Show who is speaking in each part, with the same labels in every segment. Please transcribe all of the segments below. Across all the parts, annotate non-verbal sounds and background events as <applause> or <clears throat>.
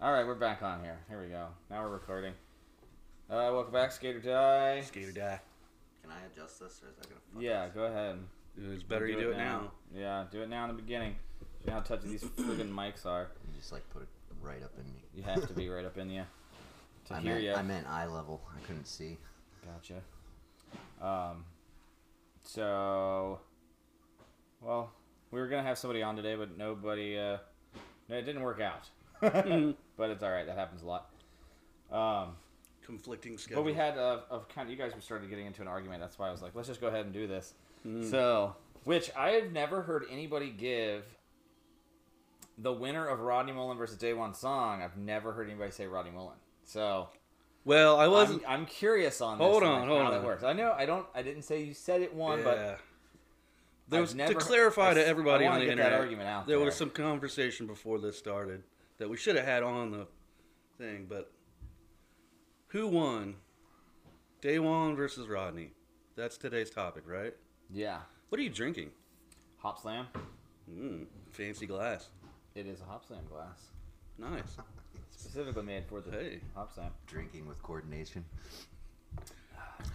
Speaker 1: All right, we're back on here. Here we go. Now we're recording. Uh, welcome back, Skater Die.
Speaker 2: Skater die.
Speaker 3: Can I adjust this or is that gonna fuck
Speaker 1: Yeah,
Speaker 3: us?
Speaker 1: go ahead.
Speaker 2: It's better you do it now.
Speaker 1: Yeah, do it now in the beginning. You know how touchy these friggin' mics are.
Speaker 3: You just like put it right up in me.
Speaker 1: You have to be right up in you to
Speaker 3: I
Speaker 1: hear
Speaker 3: meant,
Speaker 1: you.
Speaker 3: I meant eye level. I couldn't see.
Speaker 1: Gotcha. Um, so, well, we were gonna have somebody on today, but nobody. Uh, no, it didn't work out. <laughs> but it's all right. That happens a lot. Um,
Speaker 2: Conflicting schedule.
Speaker 1: but we had a, a kind of you guys were started getting into an argument. That's why I was like, let's just go ahead and do this.
Speaker 2: Mm.
Speaker 1: So, which I have never heard anybody give. The winner of Rodney Mullen versus Day One Song, I've never heard anybody say Rodney Mullen. So
Speaker 2: Well, I
Speaker 1: I'm,
Speaker 2: wasn't.
Speaker 1: I'm curious on this
Speaker 2: Hold
Speaker 1: and,
Speaker 2: on,
Speaker 1: like,
Speaker 2: hold
Speaker 1: how that
Speaker 2: on.
Speaker 1: works. I know I don't I didn't say you said it one, but
Speaker 2: yeah. There
Speaker 1: I've
Speaker 2: was
Speaker 1: never-
Speaker 2: to clarify
Speaker 1: I s-
Speaker 2: to
Speaker 1: I
Speaker 2: everybody
Speaker 1: wanna
Speaker 2: on the
Speaker 1: get that
Speaker 2: internet.
Speaker 1: argument out
Speaker 2: there,
Speaker 1: there.
Speaker 2: was some conversation before this started that we should have had on the thing, but who won? Daywan versus Rodney. That's today's topic, right?
Speaker 1: yeah,
Speaker 2: What are you drinking?
Speaker 1: hop slam.
Speaker 2: Mm, fancy glass.
Speaker 1: It is a hop slam glass, <laughs>
Speaker 2: Nice.
Speaker 1: specifically made for the
Speaker 2: Hey.
Speaker 1: hop slam.
Speaker 3: Drinking with coordination.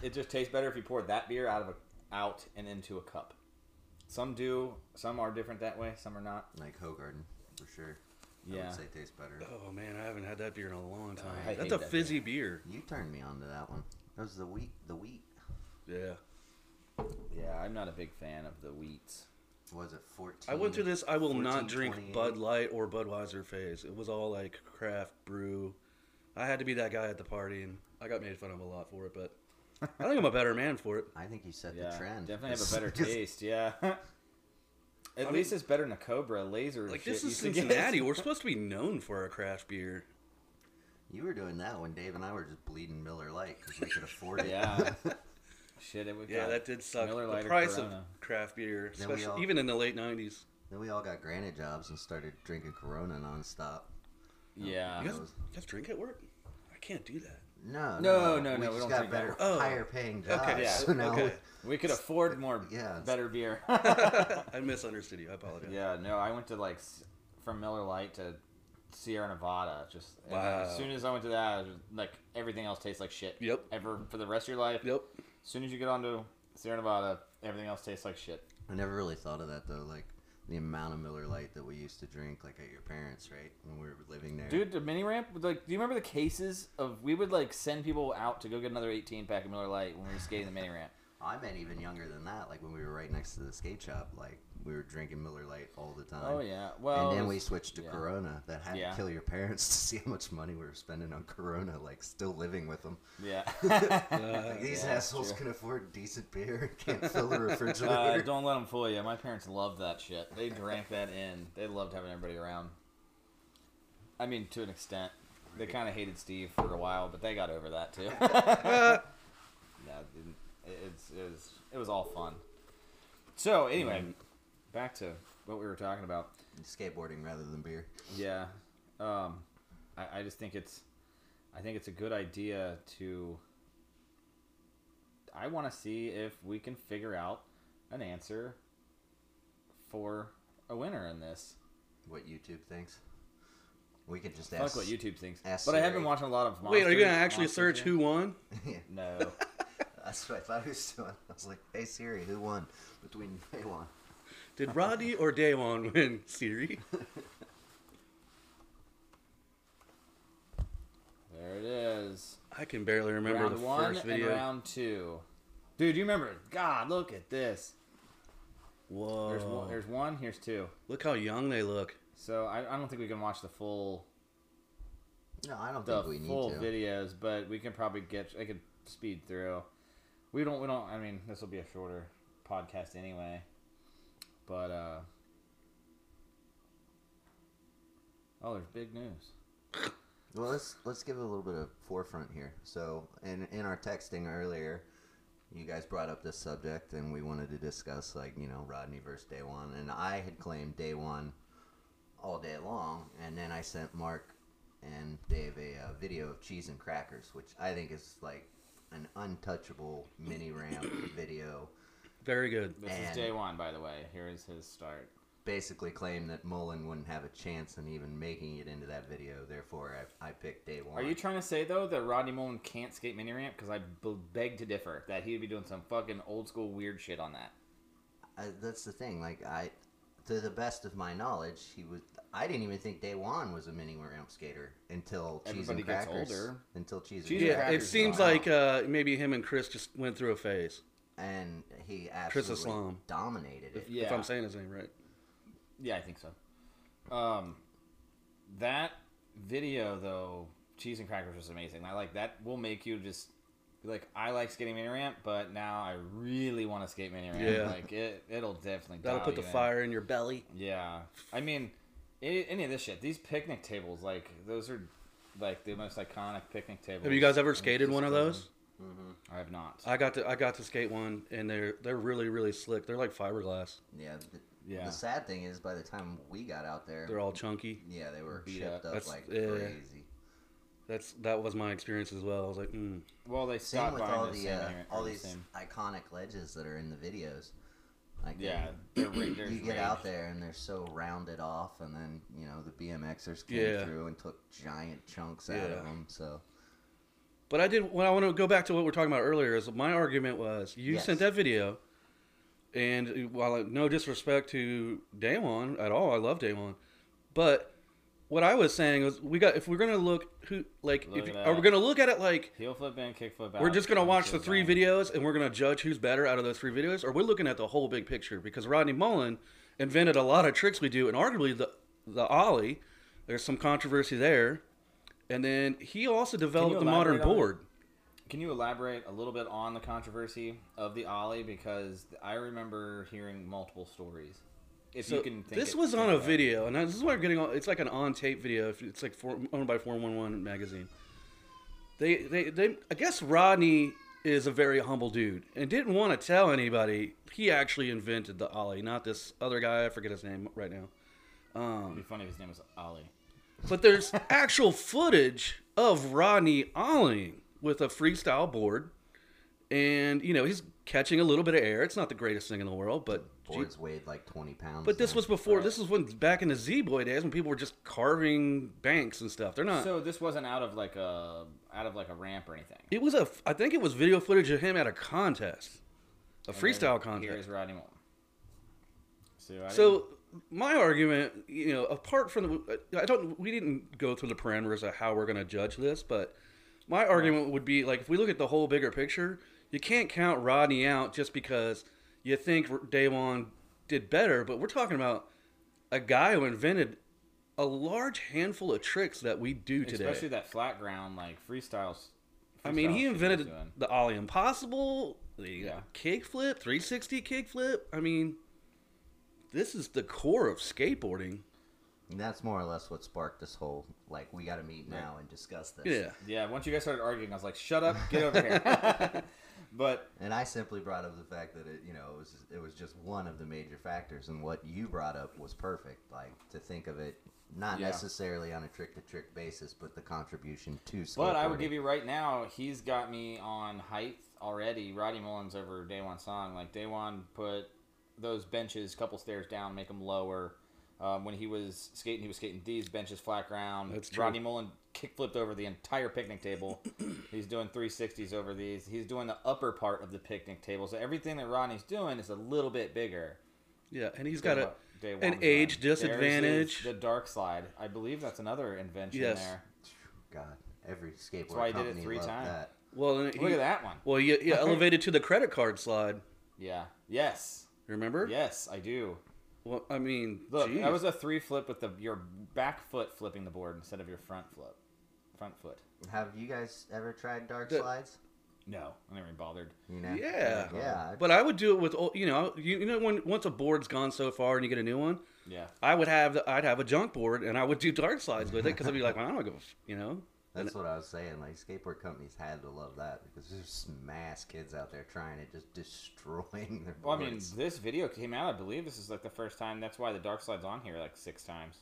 Speaker 1: It just tastes better if you pour that beer out of a out and into a cup. Some do, some are different that way, some are not.
Speaker 3: Like Hogarden, for sure. I
Speaker 1: Yeah.
Speaker 3: would say tastes better.
Speaker 2: Oh man, I haven't had that beer in a long time.
Speaker 1: I hate
Speaker 2: That's a
Speaker 1: that
Speaker 2: fizzy beer.
Speaker 3: You turned me on to that one. That was the wheat. The wheat.
Speaker 2: Yeah.
Speaker 1: Yeah, I'm not a big fan of the wheats.
Speaker 3: Was it 14?
Speaker 2: I went through this I will not
Speaker 3: 14,
Speaker 2: drink
Speaker 3: 28.
Speaker 2: Bud Light or Budweiser phase. It was all like craft brew. I had to be that guy at the party and I got made fun of a lot for it, but I think I'm a better man for it.
Speaker 3: I think you set
Speaker 1: Yeah,
Speaker 3: the trend.
Speaker 1: definitely
Speaker 3: <laughs>
Speaker 1: have a better taste. Yeah. <laughs> At
Speaker 2: mean-
Speaker 1: least it's better than a Cobra laser.
Speaker 2: Like
Speaker 1: shit
Speaker 2: this
Speaker 1: you used
Speaker 2: is
Speaker 1: to get.
Speaker 2: Cincinnati. We're supposed to be known for our craft beer.
Speaker 3: You were doing that when Dave and I were just bleeding Miller Lite because we could afford
Speaker 1: <laughs>
Speaker 3: it.
Speaker 1: <laughs> Yeah.
Speaker 2: <laughs>
Speaker 1: Shit, it would.
Speaker 2: Yeah,
Speaker 1: God.
Speaker 2: that did suck.
Speaker 1: Miller Lite
Speaker 2: the
Speaker 1: or
Speaker 2: price of
Speaker 1: Corona.
Speaker 2: craft beer,
Speaker 3: Then we
Speaker 2: especially
Speaker 3: all-
Speaker 2: even in the late '90s.
Speaker 3: Then we all got granite jobs and started drinking Corona nonstop.
Speaker 1: Yeah.
Speaker 2: Oh, You guys,
Speaker 3: was-
Speaker 2: you guys drink at work? I can't do that.
Speaker 3: No,
Speaker 1: No, no, no,
Speaker 3: no, We
Speaker 1: we
Speaker 3: just
Speaker 1: don't
Speaker 3: got
Speaker 1: drink that
Speaker 3: better,
Speaker 1: one.
Speaker 2: Oh.
Speaker 3: higher paying jobs.
Speaker 2: Okay,
Speaker 1: yeah,
Speaker 3: <laughs> So now
Speaker 2: okay.
Speaker 1: We could
Speaker 2: uh,
Speaker 1: afford more
Speaker 3: Yeah, it's-
Speaker 1: better beer.
Speaker 2: <laughs>
Speaker 1: <laughs>
Speaker 2: I misunderstood you. I apologize.
Speaker 1: yeah, no, I went to like s- from Miller Lite to Sierra Nevada. Just and uh,
Speaker 2: Wow.
Speaker 1: as soon as I went to that, I was just- like everything else tastes like shit.
Speaker 2: Yep.
Speaker 1: Ever for the rest of your life.
Speaker 2: Yep.
Speaker 1: As soon as you get onto Sierra Nevada, everything else tastes like shit.
Speaker 3: I never really thought of that though, like the amount of Miller Lite that we used to drink, like at your parents, right, when we were living there.
Speaker 1: Dude, the mini ramp, like, do you remember the cases of we would like send people out to go get another 18 pack of Miller Lite when we were skating the mini ramp?
Speaker 3: I meant even younger than that, like when we were right next to the skate shop, like we were drinking Miller Lite all the time.
Speaker 1: Oh yeah. Well,
Speaker 3: and
Speaker 1: it
Speaker 3: then
Speaker 1: was-
Speaker 3: we switched to
Speaker 1: yeah.
Speaker 3: Corona. That had
Speaker 1: Yeah.
Speaker 3: to kill your parents <laughs> to see how much money we were spending on Corona, like still living with them. <laughs>
Speaker 1: Yeah.
Speaker 3: Like, these
Speaker 1: Uh, yeah,
Speaker 3: assholes
Speaker 1: true.
Speaker 3: can afford decent beer <laughs> and can't fill the
Speaker 1: <laughs>
Speaker 3: refrigerator.
Speaker 1: Uh, don't let them fool you. My parents loved that shit. They drank that in. They loved having everybody around. I mean, to an extent. They kind of hated Steve for a while, but they got over that
Speaker 3: <laughs>
Speaker 1: too. <laughs> yeah, it didn't- it- it's, it, was, it was all fun. So, anyway, back to what we were talking about.
Speaker 3: Skateboarding rather than beer.
Speaker 1: Yeah. Um, I, I just think it's, I think it's a good idea to. I want to see if we can figure out an answer for a winner in this.
Speaker 3: What YouTube thinks. We could just
Speaker 1: Fuck
Speaker 3: ask
Speaker 1: what YouTube thinks.
Speaker 3: ask
Speaker 1: But I have
Speaker 3: Siri.
Speaker 1: been watching a lot of.
Speaker 2: Wait, are you
Speaker 1: Monsters-
Speaker 2: gonna actually
Speaker 1: Monsters
Speaker 2: search
Speaker 1: here.
Speaker 2: who won?
Speaker 3: Yeah,
Speaker 2: <laughs>
Speaker 1: No.
Speaker 3: That's what I thought he was doing. <laughs> I was like, hey Siri, who won between <laughs> they won?
Speaker 2: Did Rodney or Daewon <laughs> win, Siri?
Speaker 1: there it is.
Speaker 2: I can barely remember
Speaker 1: round
Speaker 2: the
Speaker 1: one
Speaker 2: first video.
Speaker 1: and round two. Dude, you remember? God, look at this.
Speaker 2: Whoa!
Speaker 1: There's one, there's one. Here's two.
Speaker 2: Look how young they look.
Speaker 1: So I, I don't think we can watch the full
Speaker 3: No, I don't
Speaker 1: the
Speaker 3: think we need
Speaker 1: full
Speaker 3: to.
Speaker 1: videos, but we can probably get. I could speed through. We don't. We don't. I mean, this will be a shorter podcast anyway. But uh, oh, there's big news.
Speaker 3: Well, let's let's give it a little bit of forefront here. So, in in our texting earlier, you guys brought up this subject, and we wanted to discuss like you know Rodney versus Day One, and I had claimed Day One all day long, and then I sent Mark and Dave a uh, video of cheese and crackers, which I think is like an untouchable mini <coughs> ramp video,
Speaker 2: Very good.
Speaker 1: This is
Speaker 3: And-
Speaker 1: day one, by the way. Here is his start.
Speaker 3: basically claimed that Mullen wouldn't have a chance in even making it into that video. Therefore, I, I picked day one.
Speaker 1: Are you trying to say though that Rodney Mullen can't skate mini ramp? Because I b- beg to differ that he'd be doing some fucking old school weird shit on that.
Speaker 3: I, that's the thing. Like I, to the best of my knowledge, he was. I didn't even think Daywan was a mini ramp skater until cheese
Speaker 1: Everybody
Speaker 3: and
Speaker 1: gets
Speaker 3: crackers.
Speaker 1: older.
Speaker 3: Until cheese
Speaker 1: Cheese
Speaker 3: and
Speaker 1: and
Speaker 2: Yeah,
Speaker 3: crackers,
Speaker 1: Crackers
Speaker 2: it
Speaker 1: is
Speaker 2: seems
Speaker 1: gone.
Speaker 2: like uh, maybe him and Chris just went through a phase.
Speaker 3: and he absolutely
Speaker 2: Islam.
Speaker 3: dominated it.
Speaker 2: If
Speaker 1: Yeah.
Speaker 2: I'm saying his name right.
Speaker 1: Yeah, I think so. Um, that video though, cheese and crackers was amazing. I like that. Will make you just be like, I like skating mini ramp, but now I really want to skate mini ramp.
Speaker 2: Yeah.
Speaker 1: Like it, it'll definitely.
Speaker 2: That'll
Speaker 1: dial
Speaker 2: put the
Speaker 1: you in.
Speaker 2: fire in your belly.
Speaker 1: Yeah, I mean, any, any of this shit. These picnic tables, like those are like the most iconic picnic tables.
Speaker 2: Have you guys ever
Speaker 1: It's
Speaker 2: skated
Speaker 1: just
Speaker 2: one of those?
Speaker 1: I have not.
Speaker 2: I got to I got to skate one, and they're they're really really slick. They're like fiberglass.
Speaker 3: Yeah. The,
Speaker 1: Yeah.
Speaker 3: The sad thing is, by the time we got out there,
Speaker 2: They're all chunky.
Speaker 3: yeah, they were
Speaker 1: Beat
Speaker 3: shipped
Speaker 1: up.
Speaker 3: up,
Speaker 2: That's-
Speaker 3: like
Speaker 2: yeah.
Speaker 3: crazy.
Speaker 2: That's that was my experience as well. I was like, mm.
Speaker 1: well, they
Speaker 3: Same
Speaker 1: stopped
Speaker 3: with
Speaker 1: by
Speaker 3: all
Speaker 1: the,
Speaker 3: the
Speaker 1: same
Speaker 3: uh,
Speaker 1: here-
Speaker 3: all
Speaker 1: the
Speaker 3: these
Speaker 1: same-
Speaker 3: iconic ledges that are in the videos. Like
Speaker 1: Yeah,
Speaker 3: they-
Speaker 1: they're ra- there's
Speaker 3: you get out
Speaker 1: rage.
Speaker 3: there and they're so rounded off, and then you know the BMXers came
Speaker 2: Yeah.
Speaker 3: through and took giant chunks out
Speaker 2: Yeah.
Speaker 3: of them. So
Speaker 2: But I did. What I want to go back to what we were talking about earlier is my argument was you
Speaker 3: Yes.
Speaker 2: sent that video, and while no disrespect to Daewon at all, I love Daewon, but what I was saying was we got if we're gonna look who like
Speaker 1: Look
Speaker 2: if,
Speaker 1: it
Speaker 2: are we
Speaker 1: up.
Speaker 2: gonna look at it like
Speaker 1: heel flip and kick flip.
Speaker 2: we're
Speaker 1: out,
Speaker 2: just gonna
Speaker 1: and
Speaker 2: watch
Speaker 1: shit
Speaker 2: the
Speaker 1: was
Speaker 2: three
Speaker 1: on.
Speaker 2: videos and we're gonna judge who's better out of those three videos, or we're looking at the whole big picture because Rodney Mullen invented a lot of tricks we do, and arguably the the ollie. There's some controversy there, and then he also developed the modern
Speaker 1: elaborate on
Speaker 2: board.
Speaker 1: Can you elaborate a little bit on the controversy of the ollie? Because I remember hearing multiple stories. If you
Speaker 2: So
Speaker 1: can, think
Speaker 2: this
Speaker 1: it-
Speaker 2: was
Speaker 1: think
Speaker 2: on a
Speaker 1: about it.
Speaker 2: video, and this is what I'm getting. On, it's like an on-tape video. If It's like four, owned by 411 magazine. They, they, they. I guess Rodney is a very humble dude and didn't want to tell anybody he actually invented the ollie, not this other guy. I forget his name right now.
Speaker 1: It'd be funny if his name was Ollie.
Speaker 2: But
Speaker 1: <laughs>
Speaker 2: there's actual footage of Rodney ollieing with a freestyle board, and you know he's catching a little bit of air. It's not the greatest thing in the world, but
Speaker 3: boards weighed like twenty pounds.
Speaker 2: But this
Speaker 3: then.
Speaker 2: was before. This was when back in the Z Boy days when people were just carving banks and stuff. They're not.
Speaker 1: So this wasn't out of like a out of like a ramp or anything.
Speaker 2: it was a. I think it was video footage of him at a contest, a freestyle
Speaker 1: Here
Speaker 2: contest.
Speaker 1: is Rodney Mullen. So, I
Speaker 2: So my argument, you know, apart from the, I don't. We didn't go through the parameters of how we're going to judge this, but my argument would be like if we look at the whole bigger picture, you can't count Rodney out just because you think Daewon did better. But we're talking about a guy who invented. A large handful of tricks that we do today.
Speaker 1: especially that flat ground like freestyles.
Speaker 2: I mean,
Speaker 1: freestyle shit
Speaker 2: he invented
Speaker 1: doing.
Speaker 2: the Ollie Impossible, the
Speaker 1: Yeah.
Speaker 2: kickflip, 360 kickflip. I mean, this is the core of skateboarding.
Speaker 3: And that's more or less what sparked this whole like we got to meet now and discuss this.
Speaker 2: Yeah.
Speaker 1: Yeah, once you guys started arguing, I was like, "Shut up, get over here."
Speaker 2: <laughs>
Speaker 1: <laughs> but
Speaker 3: And I simply brought up the fact that it, you know, it was it was just one of the major factors, and what you brought up was perfect. Like to think of it not
Speaker 1: Yeah.
Speaker 3: necessarily on a trick to trick basis, but the contribution to.
Speaker 1: but I would give you right now, he's got me on height already. Roddy Mullins over Daywan Song. Like Daywan put those benches a couple stairs down, make them lower. Um, when he was skating, he was skating these benches flat ground.
Speaker 2: That's true.
Speaker 1: Rodney Mullen kickflipped over the entire picnic
Speaker 2: <clears throat>
Speaker 1: table. he's doing 360s over these. He's doing the upper part of the picnic table. So everything that Rodney's doing is a little bit bigger.
Speaker 2: Yeah. And he's got a,
Speaker 1: Day one
Speaker 2: an
Speaker 1: design.
Speaker 2: age
Speaker 1: There's
Speaker 2: disadvantage.
Speaker 1: The dark slide. I believe that's another invention
Speaker 2: Yes.
Speaker 1: there.
Speaker 3: God, every skateboard
Speaker 1: why I did it
Speaker 3: company
Speaker 1: three
Speaker 3: loved
Speaker 1: times.
Speaker 3: that.
Speaker 2: well, and he,
Speaker 1: Look at that one.
Speaker 2: Well, yeah, yeah elevated to the credit card slide.
Speaker 1: Yeah. Yes.
Speaker 2: Remember?
Speaker 1: Yes, I do.
Speaker 2: Well, I mean,
Speaker 1: Look,
Speaker 2: geez.
Speaker 1: that was a three flip with the your back foot flipping the board instead of your front flip. Front foot.
Speaker 3: Have you guys ever tried dark
Speaker 2: The-
Speaker 3: slides?
Speaker 1: No, I never even bothered.
Speaker 3: You know?
Speaker 2: yeah.
Speaker 3: yeah. I-
Speaker 2: But I would do it with, old- you know, you, you know, when once a board's gone so far and you get a new one,
Speaker 1: Yeah.
Speaker 2: I would have, the, I'd have a junk board and I would do dark slides with it because I'd be like, well, I don't give a, f-" you know,
Speaker 3: That's what I was saying. Like skateboard companies had to love that because there's some mass kids out there trying it, just <laughs> destroying their
Speaker 1: Well, I
Speaker 3: boards.
Speaker 1: mean, this video came out. I believe this is like the first time. That's why the dark slide's on here like six times.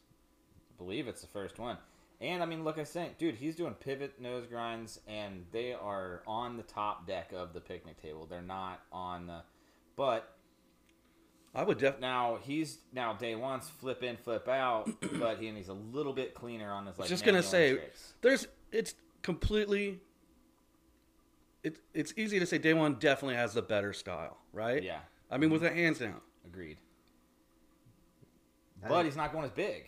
Speaker 1: I believe it's the first one. And I mean, look at Sink, dude. He's doing pivot nose grinds, and they are on the top deck of the picnic table. They're not on the, but
Speaker 2: I would definitely.
Speaker 1: now he's now day one's flip in, flip
Speaker 2: <clears throat>
Speaker 1: out, but he, and he's a little bit cleaner on his like.
Speaker 2: just gonna
Speaker 1: manual
Speaker 2: say,
Speaker 1: tricks.
Speaker 2: there's it's completely. It, it's easy to say day one definitely has the better style, right?
Speaker 1: Yeah. Mm-hmm.
Speaker 2: I mean, with a hands down.
Speaker 1: agreed.
Speaker 3: I
Speaker 1: But
Speaker 3: think-
Speaker 1: he's not going as big.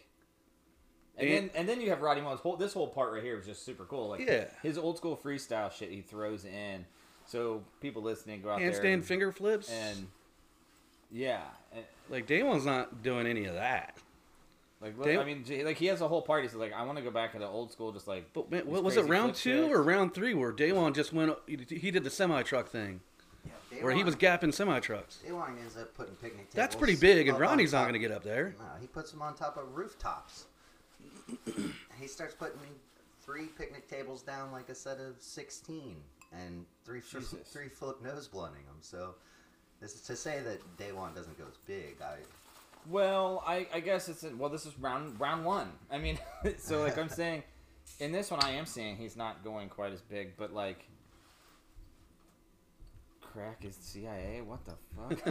Speaker 1: And,
Speaker 2: And-
Speaker 1: then and then you have Roddy Mullen's whole this whole part right here was just super cool. Like
Speaker 2: Yeah.
Speaker 1: his old school freestyle shit he throws in. So people listening go out there
Speaker 2: Handstand
Speaker 1: and,
Speaker 2: finger flips.
Speaker 1: and yeah, eh, and,
Speaker 2: like day one's not doing any of that.
Speaker 1: like look,
Speaker 2: They-
Speaker 1: I mean, j- like he has a whole party. So like, I want to go back to the old school, just like
Speaker 2: But man,
Speaker 1: these
Speaker 2: what was it
Speaker 1: crazy flip
Speaker 2: round two
Speaker 1: checks.
Speaker 2: or round three where Daywon just went? He did the semi truck thing
Speaker 3: Day
Speaker 2: where he
Speaker 3: one-
Speaker 2: was gapping semi trucks.
Speaker 3: Day one ends up putting picnic tables.
Speaker 2: That's pretty big,
Speaker 1: uh-uh,
Speaker 2: and
Speaker 3: up on
Speaker 2: Ronnie's not
Speaker 3: top.
Speaker 2: going to get up there.
Speaker 3: No, he puts them on top of rooftops. <clears throat> he starts putting three picnic tables down like a set of sixteen, and three fl-
Speaker 1: Jesus.
Speaker 3: three flip nose blunting them. So, this is to say that day one doesn't go as big. I
Speaker 1: Well, I, I guess it's in, well. This is round round one. I mean, <laughs> so like
Speaker 2: <laughs>
Speaker 1: I'm saying, in this one I am saying he's not going quite as big, but like, crack is CIA. What the
Speaker 2: <laughs>
Speaker 1: fuck?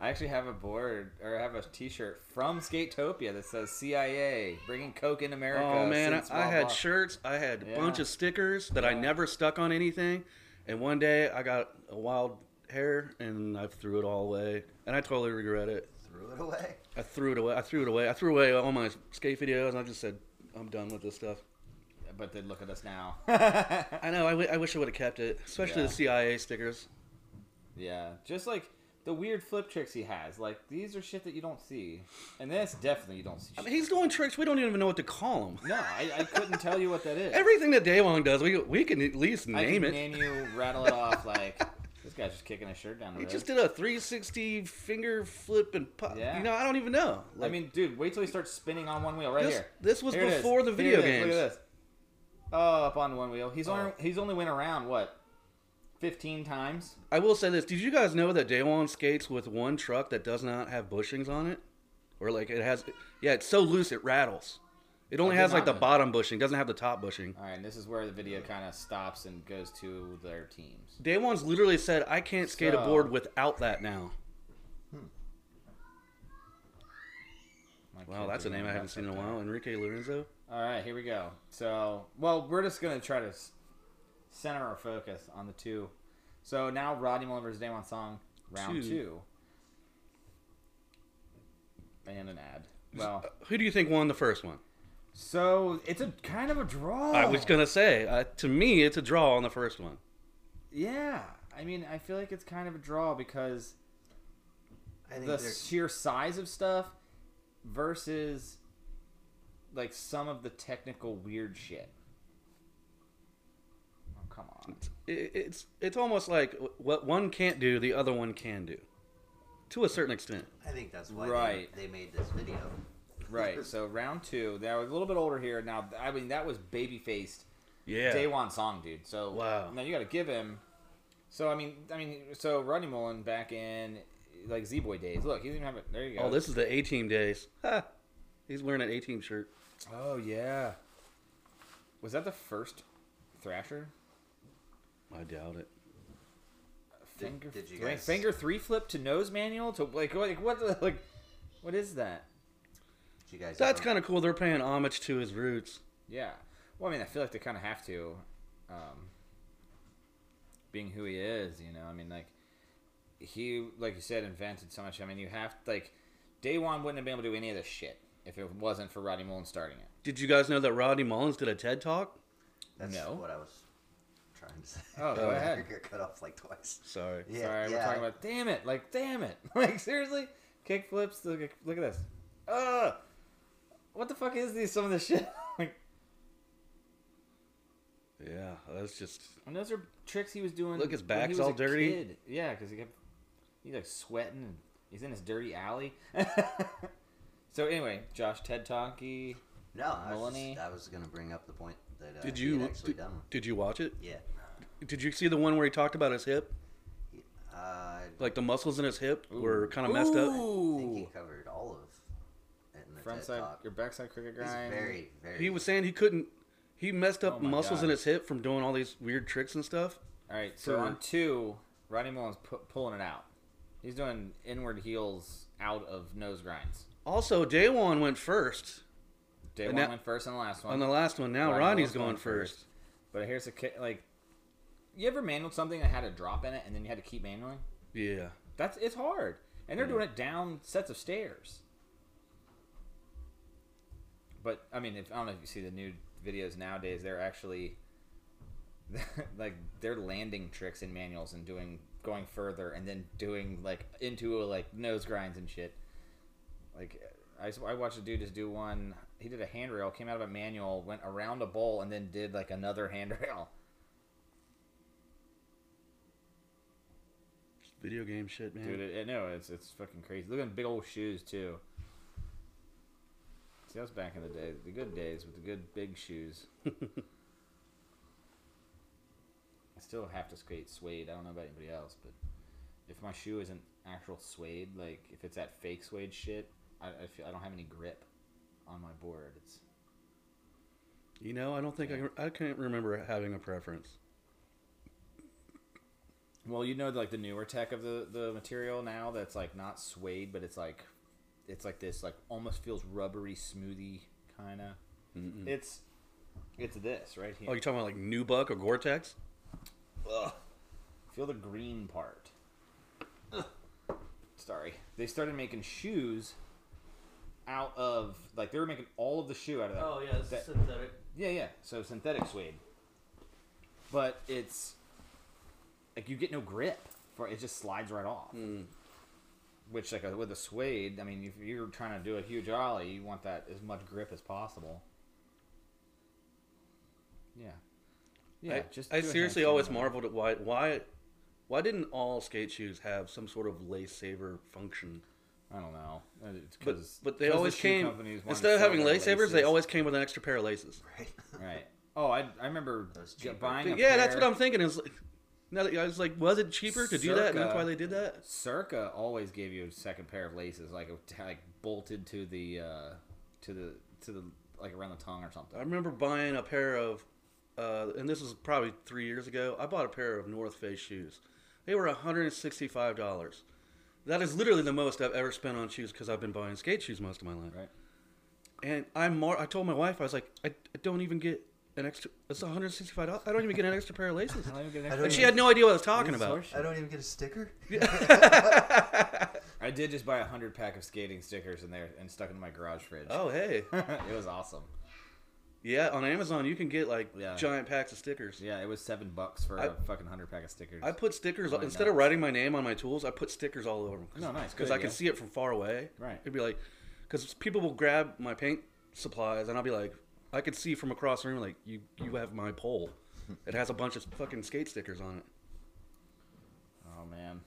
Speaker 1: I actually have a board or I have a T-shirt from Skatopia that says CIA bringing Coke in America.
Speaker 2: Oh man,
Speaker 1: since
Speaker 2: I, I
Speaker 1: blah,
Speaker 2: had
Speaker 1: blah."
Speaker 2: shirts, I had a bunch
Speaker 1: Yeah.
Speaker 2: of stickers that I
Speaker 1: Yeah.
Speaker 2: never stuck on anything, and one day I got a wild hair and I threw it all away, and I totally regret it.
Speaker 3: threw it away.
Speaker 2: I threw it away. I threw it away. I threw away all my skate videos, and I just said, "I'm done with this stuff."
Speaker 1: But then look at us
Speaker 2: <laughs>
Speaker 1: now. yeah,
Speaker 2: I know. I, w- I wish I would have kept it, especially
Speaker 1: Yeah.
Speaker 2: the CIA stickers.
Speaker 1: just like the weird flip tricks he has. Like these are shit that you don't see, and this definitely you don't see.
Speaker 2: I
Speaker 1: shit.
Speaker 2: mean, he's doing tricks we don't even know what to call them.
Speaker 1: No, I, I couldn't tell you what that is.
Speaker 2: Everything that Daewong does, we we can at least
Speaker 1: I
Speaker 2: name
Speaker 1: could
Speaker 2: it.
Speaker 1: Name you, rattle it off like this guy's just kicking his shirt down the
Speaker 2: he
Speaker 1: road.
Speaker 2: just did a 360 finger flip and pop.
Speaker 1: Yeah.
Speaker 2: You know, I don't even know.
Speaker 1: I
Speaker 2: Like,
Speaker 1: mean, dude, wait till he starts spinning on one wheel right
Speaker 2: This-
Speaker 1: here.
Speaker 2: this was
Speaker 1: Here it is.
Speaker 2: before the
Speaker 1: Here
Speaker 2: video
Speaker 1: it is. Look
Speaker 2: games.
Speaker 1: at this. Oh, up on one wheel. He's only
Speaker 2: Oh.
Speaker 1: he's only went around what, fifteen times.
Speaker 2: I will say this: Did you guys know that Daewon skates with one truck that does not have bushings on it, or like it has? Yeah, it's so loose it rattles. It only
Speaker 1: I did
Speaker 2: has like
Speaker 1: not
Speaker 2: the
Speaker 1: know that.
Speaker 2: bottom bushing, doesn't have the top bushing.
Speaker 1: All right, and this is where the video kind of stops and goes to their teams.
Speaker 2: Daewon's literally said, "I can't skate a
Speaker 1: So-
Speaker 2: board without that now."
Speaker 1: My
Speaker 2: Wow,
Speaker 1: kids
Speaker 2: that's
Speaker 1: are
Speaker 2: a name
Speaker 1: going
Speaker 2: I haven't
Speaker 1: nuts
Speaker 2: seen in
Speaker 1: up
Speaker 2: a
Speaker 1: there.
Speaker 2: while. Enrique Lorenzo.
Speaker 1: All right, here we go. So, well, we're just gonna try to s- center our focus on the two. So now Rodney Mullen versus Damon Song, round
Speaker 2: Two.
Speaker 1: two. and an ad. Well,
Speaker 2: Who do you think won the first one?
Speaker 1: so it's a kind of a draw.
Speaker 2: I
Speaker 3: Oh.
Speaker 2: was gonna say, uh, to me, it's a draw on the first one.
Speaker 1: Yeah, I mean, I feel like it's kind of a draw because
Speaker 3: I think
Speaker 1: the
Speaker 3: they're-
Speaker 1: sheer size of stuff versus like some of the technical weird shit. Oh come on.
Speaker 2: It, it's it's almost like what one can't do, the other one can do, to a certain extent.
Speaker 3: I think that's why they-
Speaker 1: Right.
Speaker 3: they, made this video.
Speaker 1: Right. So round two. They were a little bit older here. Now, I mean, that was baby faced
Speaker 2: Yeah.
Speaker 1: Daewon Song, dude. So
Speaker 2: Wow.
Speaker 1: Now you got to give him. So I mean, I mean, so Rodney Mullen back in like Z Boy days. Look, he didn't even have it. There you go.
Speaker 2: Oh, this is the A team days. Ha. He's wearing an A team shirt.
Speaker 1: Oh yeah. Was that the first Thrasher?
Speaker 2: I doubt it.
Speaker 1: Finger.
Speaker 3: did you
Speaker 1: wait,
Speaker 3: guys-
Speaker 1: finger three flip to nose manual to like like what the like what is that?
Speaker 3: Did you guys?
Speaker 2: That's
Speaker 3: ever-
Speaker 2: kind of cool. They're paying homage to his roots.
Speaker 1: Yeah. Well, I mean, I feel like they kind of have to, um, being who he is. You know, I mean, like he, like you said, invented so much. I mean, you have like Day One wouldn't have been able to do any of this shit if it wasn't for Roddy Mullen starting it.
Speaker 2: Did you guys know that Rodney Mullins did a TED talk?
Speaker 3: That's
Speaker 1: No.
Speaker 3: what I was trying to say.
Speaker 1: Oh,
Speaker 3: <laughs>
Speaker 1: go ahead.
Speaker 3: You're cut off like twice.
Speaker 2: Sorry.
Speaker 3: Yeah,
Speaker 1: Sorry,
Speaker 3: yeah,
Speaker 1: we're talking about. Damn it! Like, damn it! <laughs> Like, seriously, kick flips. Look, at- look at this. Ugh. What the fuck is these? Some of this shit. <laughs> like,
Speaker 2: Yeah, that's just.
Speaker 1: and those are tricks he was doing.
Speaker 2: Look, his
Speaker 1: when he
Speaker 2: back's
Speaker 1: was
Speaker 2: all
Speaker 1: a
Speaker 2: dirty.
Speaker 1: kid. Yeah, because he kept he's like sweating. And he's in his dirty alley. <laughs> so anyway, Josh Ted Tonky.
Speaker 3: No, I was,
Speaker 1: Melanie.
Speaker 3: just- I was gonna bring up the point that uh,
Speaker 2: Did
Speaker 3: he had
Speaker 2: you
Speaker 3: actually
Speaker 2: did,
Speaker 3: done one.
Speaker 2: did you watch it?
Speaker 3: Yeah,
Speaker 2: Did you see the one where he talked about his hip?
Speaker 3: uh,
Speaker 2: Like the muscles in his hip were kind of messed up.
Speaker 3: I think he
Speaker 1: Ooh.
Speaker 3: covered all of. it in the
Speaker 1: frontside,
Speaker 3: talk.
Speaker 1: your backside cricket
Speaker 3: He's
Speaker 1: grind.
Speaker 3: very, very.
Speaker 2: He was saying he couldn't. He messed up
Speaker 1: Oh my
Speaker 2: muscles in
Speaker 1: God.
Speaker 2: his hip from doing all these weird tricks and stuff.
Speaker 1: All right, so
Speaker 2: for-
Speaker 1: on two, Rodney Mullen's pu- pulling it out. He's doing inward heels out of nose grinds.
Speaker 2: Also, Daywan went first
Speaker 1: Day
Speaker 2: And
Speaker 1: one
Speaker 2: that-
Speaker 1: went first and last one.
Speaker 2: on the last one. Now
Speaker 1: Rodney Mullen's
Speaker 2: Rodney's
Speaker 1: going
Speaker 2: going first.
Speaker 1: first. But here's a ki- like, you ever manualed something that had a drop in it and then you had to keep manualing?
Speaker 2: Yeah.
Speaker 1: That's it's hard, and they're doing it down sets of stairs. But I mean, if I don't know if you see the new videos nowadays, they're actually <laughs> like they're landing tricks in manuals and doing going further and then doing like into like nose grinds and shit. Like I, s- I watched a dude just do one. He did a handrail, came out of a manual, went around a bowl, and then did like another <laughs> handrail.
Speaker 2: Video game shit, man.
Speaker 1: Dude, it, it, no, it's it's fucking crazy. Look at them big old shoes too. See, that was back in the day, the good days with the good big shoes. I still have to skate suede. I don't know about anybody else, but if my shoe isn't actual suede, like if it's that fake suede shit, I, I feel I don't have any grip on my board. It's
Speaker 2: You know, I don't think I can, I can't remember having a preference.
Speaker 1: Well, you know, like the newer tech of the the material now that's like not suede, but it's like it's like this like almost feels rubbery, smoothie kind of. It's it's this right here.
Speaker 2: Oh, you talking about like Nubuck or Gore-Tex?
Speaker 1: Ugh. Feel the green part. Ugh. Sorry. They started making shoes out of like they were making all of the shoe out of that.
Speaker 4: Oh yeah, this
Speaker 1: that-
Speaker 4: is synthetic.
Speaker 1: yeah, yeah. So synthetic suede, but it's like you get no grip for it; just slides right off.
Speaker 2: Hmm.
Speaker 1: Which, like a, with a suede, I mean, if you're trying to do a huge ollie, you want that as much grip as possible. Yeah, yeah.
Speaker 2: I,
Speaker 1: just
Speaker 2: I
Speaker 1: do a
Speaker 2: seriously
Speaker 1: handstand
Speaker 2: always
Speaker 1: on it.
Speaker 2: marveled at why why why didn't all skate shoes have some sort of lace saver function?
Speaker 1: I don't know. Uh, It's
Speaker 2: But
Speaker 1: 'cause-
Speaker 2: but they
Speaker 1: 'cause the
Speaker 2: always
Speaker 1: shoe
Speaker 2: came
Speaker 1: companies wanted to
Speaker 2: instead of
Speaker 1: sell
Speaker 2: having
Speaker 1: their
Speaker 2: lace savers, they
Speaker 1: laces.
Speaker 2: always came with an extra pair of laces.
Speaker 1: right. Oh, I, I remember
Speaker 3: Those
Speaker 1: j-
Speaker 3: cheaper.
Speaker 1: buying.
Speaker 2: Yeah,
Speaker 1: a
Speaker 2: that's
Speaker 1: pair-
Speaker 2: what I'm thinking. Is like, now that, I was like, was it cheaper to do that? And that's
Speaker 1: Circa.
Speaker 2: why they did that.
Speaker 1: Circa always gave you a second pair of laces, like a- like bolted to the uh, to the to the like around the tongue or something.
Speaker 2: I remember buying a pair of, uh, and this was probably three years ago. I bought a pair of North Face shoes. They were $165. That is literally the most I've ever spent on shoes because I've been buying skate shoes most of my life.
Speaker 1: Right.
Speaker 2: And I mar- I told my wife, I was like, I, I don't even get an extra, it's $165. I don't even get an extra pair of <laughs> laces.
Speaker 1: I don't get an
Speaker 3: I
Speaker 1: extra-
Speaker 3: don't
Speaker 2: And she
Speaker 3: even-
Speaker 2: had no idea what I was talking about.
Speaker 3: <laughs> I don't even get a sticker.
Speaker 1: I did just buy a hundred pack of skating stickers in there and stuck it in my garage fridge.
Speaker 2: Oh, hey.
Speaker 1: <laughs> it was awesome.
Speaker 2: Yeah, on Amazon, you can get like
Speaker 1: Yeah.
Speaker 2: giant packs of stickers.
Speaker 1: Yeah, it was seven bucks for a
Speaker 2: I-
Speaker 1: fucking hundred pack of stickers.
Speaker 2: I put stickers
Speaker 1: Oh my
Speaker 2: instead of
Speaker 1: God.
Speaker 2: writing my name on my tools. I put stickers all over them.
Speaker 1: No, nice,
Speaker 2: because
Speaker 1: good
Speaker 2: I can
Speaker 1: idea.
Speaker 2: see it from far away.
Speaker 1: Right.
Speaker 2: it'd be like because people will grab my paint supplies and I'll be like, I could see from across the room like you you have my pole.
Speaker 1: <laughs>
Speaker 2: It has a bunch of fucking skate stickers on it.
Speaker 1: oh man,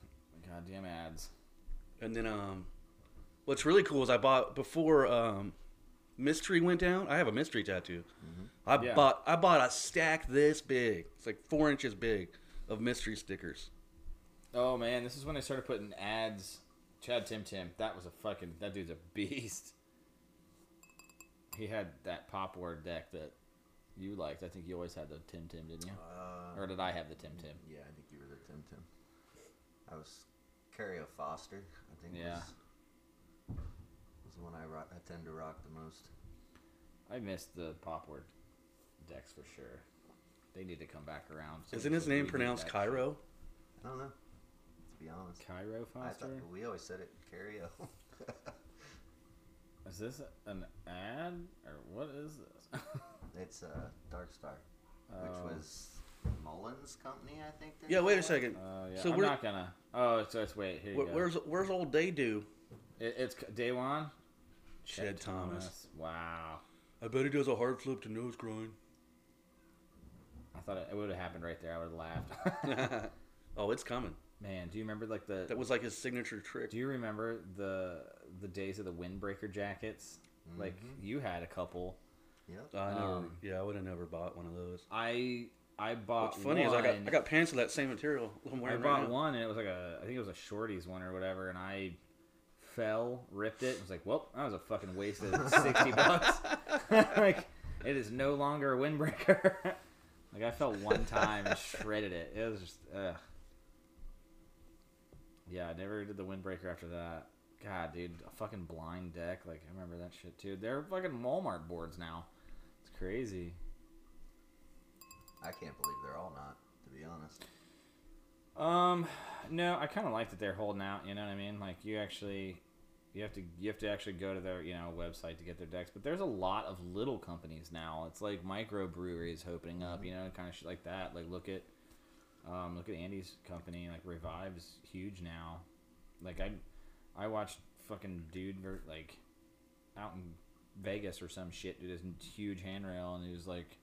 Speaker 1: goddamn ads.
Speaker 2: And then um, what's really cool is I bought before um, mystery went down. I have a mystery tattoo. I
Speaker 1: Mm-hmm. Yeah.
Speaker 2: bought I bought a stack this big. It's like four inches big of mystery stickers.
Speaker 1: Oh man, this is when I started putting ads. Chad Tim Tim, that was a fucking that dude's a beast. He had that pop word deck that you liked. I think you always had the Tim Tim, didn't you?
Speaker 3: Uh,
Speaker 1: or did I have the Tim Tim?
Speaker 3: yeah, I think you were the Tim Tim. I was Carrie O. Foster. I think
Speaker 1: Yeah.
Speaker 3: was, was the one I, rock, I tend to rock the most.
Speaker 1: I missed the pop word decks for sure. They need to come back around.
Speaker 2: Isn't his name pronounced
Speaker 1: Cairo?
Speaker 2: Cairo?
Speaker 3: I don't know. To be honest,
Speaker 1: Cairo
Speaker 3: I thought
Speaker 1: Foster?
Speaker 3: we always said it Carrie O. <laughs>
Speaker 1: Is this an ad or what is this? <laughs>
Speaker 3: it's uh, Dark Star,
Speaker 1: Oh.
Speaker 3: which was Mullins' company, I think. they
Speaker 2: Yeah, wait a
Speaker 3: called it.
Speaker 2: second.
Speaker 1: Oh yeah,
Speaker 2: So
Speaker 1: I'm
Speaker 2: we're-
Speaker 1: not gonna. Oh, it's it's wait here. You
Speaker 2: Where,
Speaker 1: go.
Speaker 2: where's where's old day do?
Speaker 1: It, it's day one.
Speaker 2: Chet Thomas.
Speaker 1: Wow.
Speaker 2: I bet he does a hard flip to nose grind.
Speaker 1: I thought it, it would have happened right there. I would have laughed.
Speaker 2: <laughs>
Speaker 1: <laughs>
Speaker 2: oh, it's coming.
Speaker 1: Man, do you remember like the?
Speaker 2: That was like his signature trick.
Speaker 1: do you remember the the days of the windbreaker jackets? Like
Speaker 2: Mm-hmm.
Speaker 1: you had a couple.
Speaker 3: Yep.
Speaker 2: I never,
Speaker 1: Um,
Speaker 2: yeah, I would have never bought one of those.
Speaker 1: I I bought.
Speaker 2: What's funny
Speaker 1: one,
Speaker 2: is I got I got pants of that same material. <laughs> I'm
Speaker 1: I
Speaker 2: wearing right
Speaker 1: bought
Speaker 2: now.
Speaker 1: one and it was like a I think it was a shorties one or whatever, and I fell, ripped it. and was like, well, that was a fucking waste of sixty bucks. <laughs> like, it is no longer a windbreaker. <laughs> like, I fell one time and shredded it. It was just, ugh. Yeah, I never did the windbreaker after that. God, dude, a fucking blind deck. Like, I remember that shit too. They're fucking Walmart boards now. It's crazy.
Speaker 3: I can't believe they're all not, to be honest.
Speaker 1: Um, no, I kind of like that they're holding out. You know what I mean? Like you actually, you have to you have to actually go to their you know website to get their decks. But there's a lot of little companies now. It's like micro breweries opening up. You know, kind of shit like that. Like look at, um, look at Andy's company. Like Revive's huge now. Like I, I watched fucking dude ver- like, out in Vegas or some shit. Dude, this huge handrail and he was like,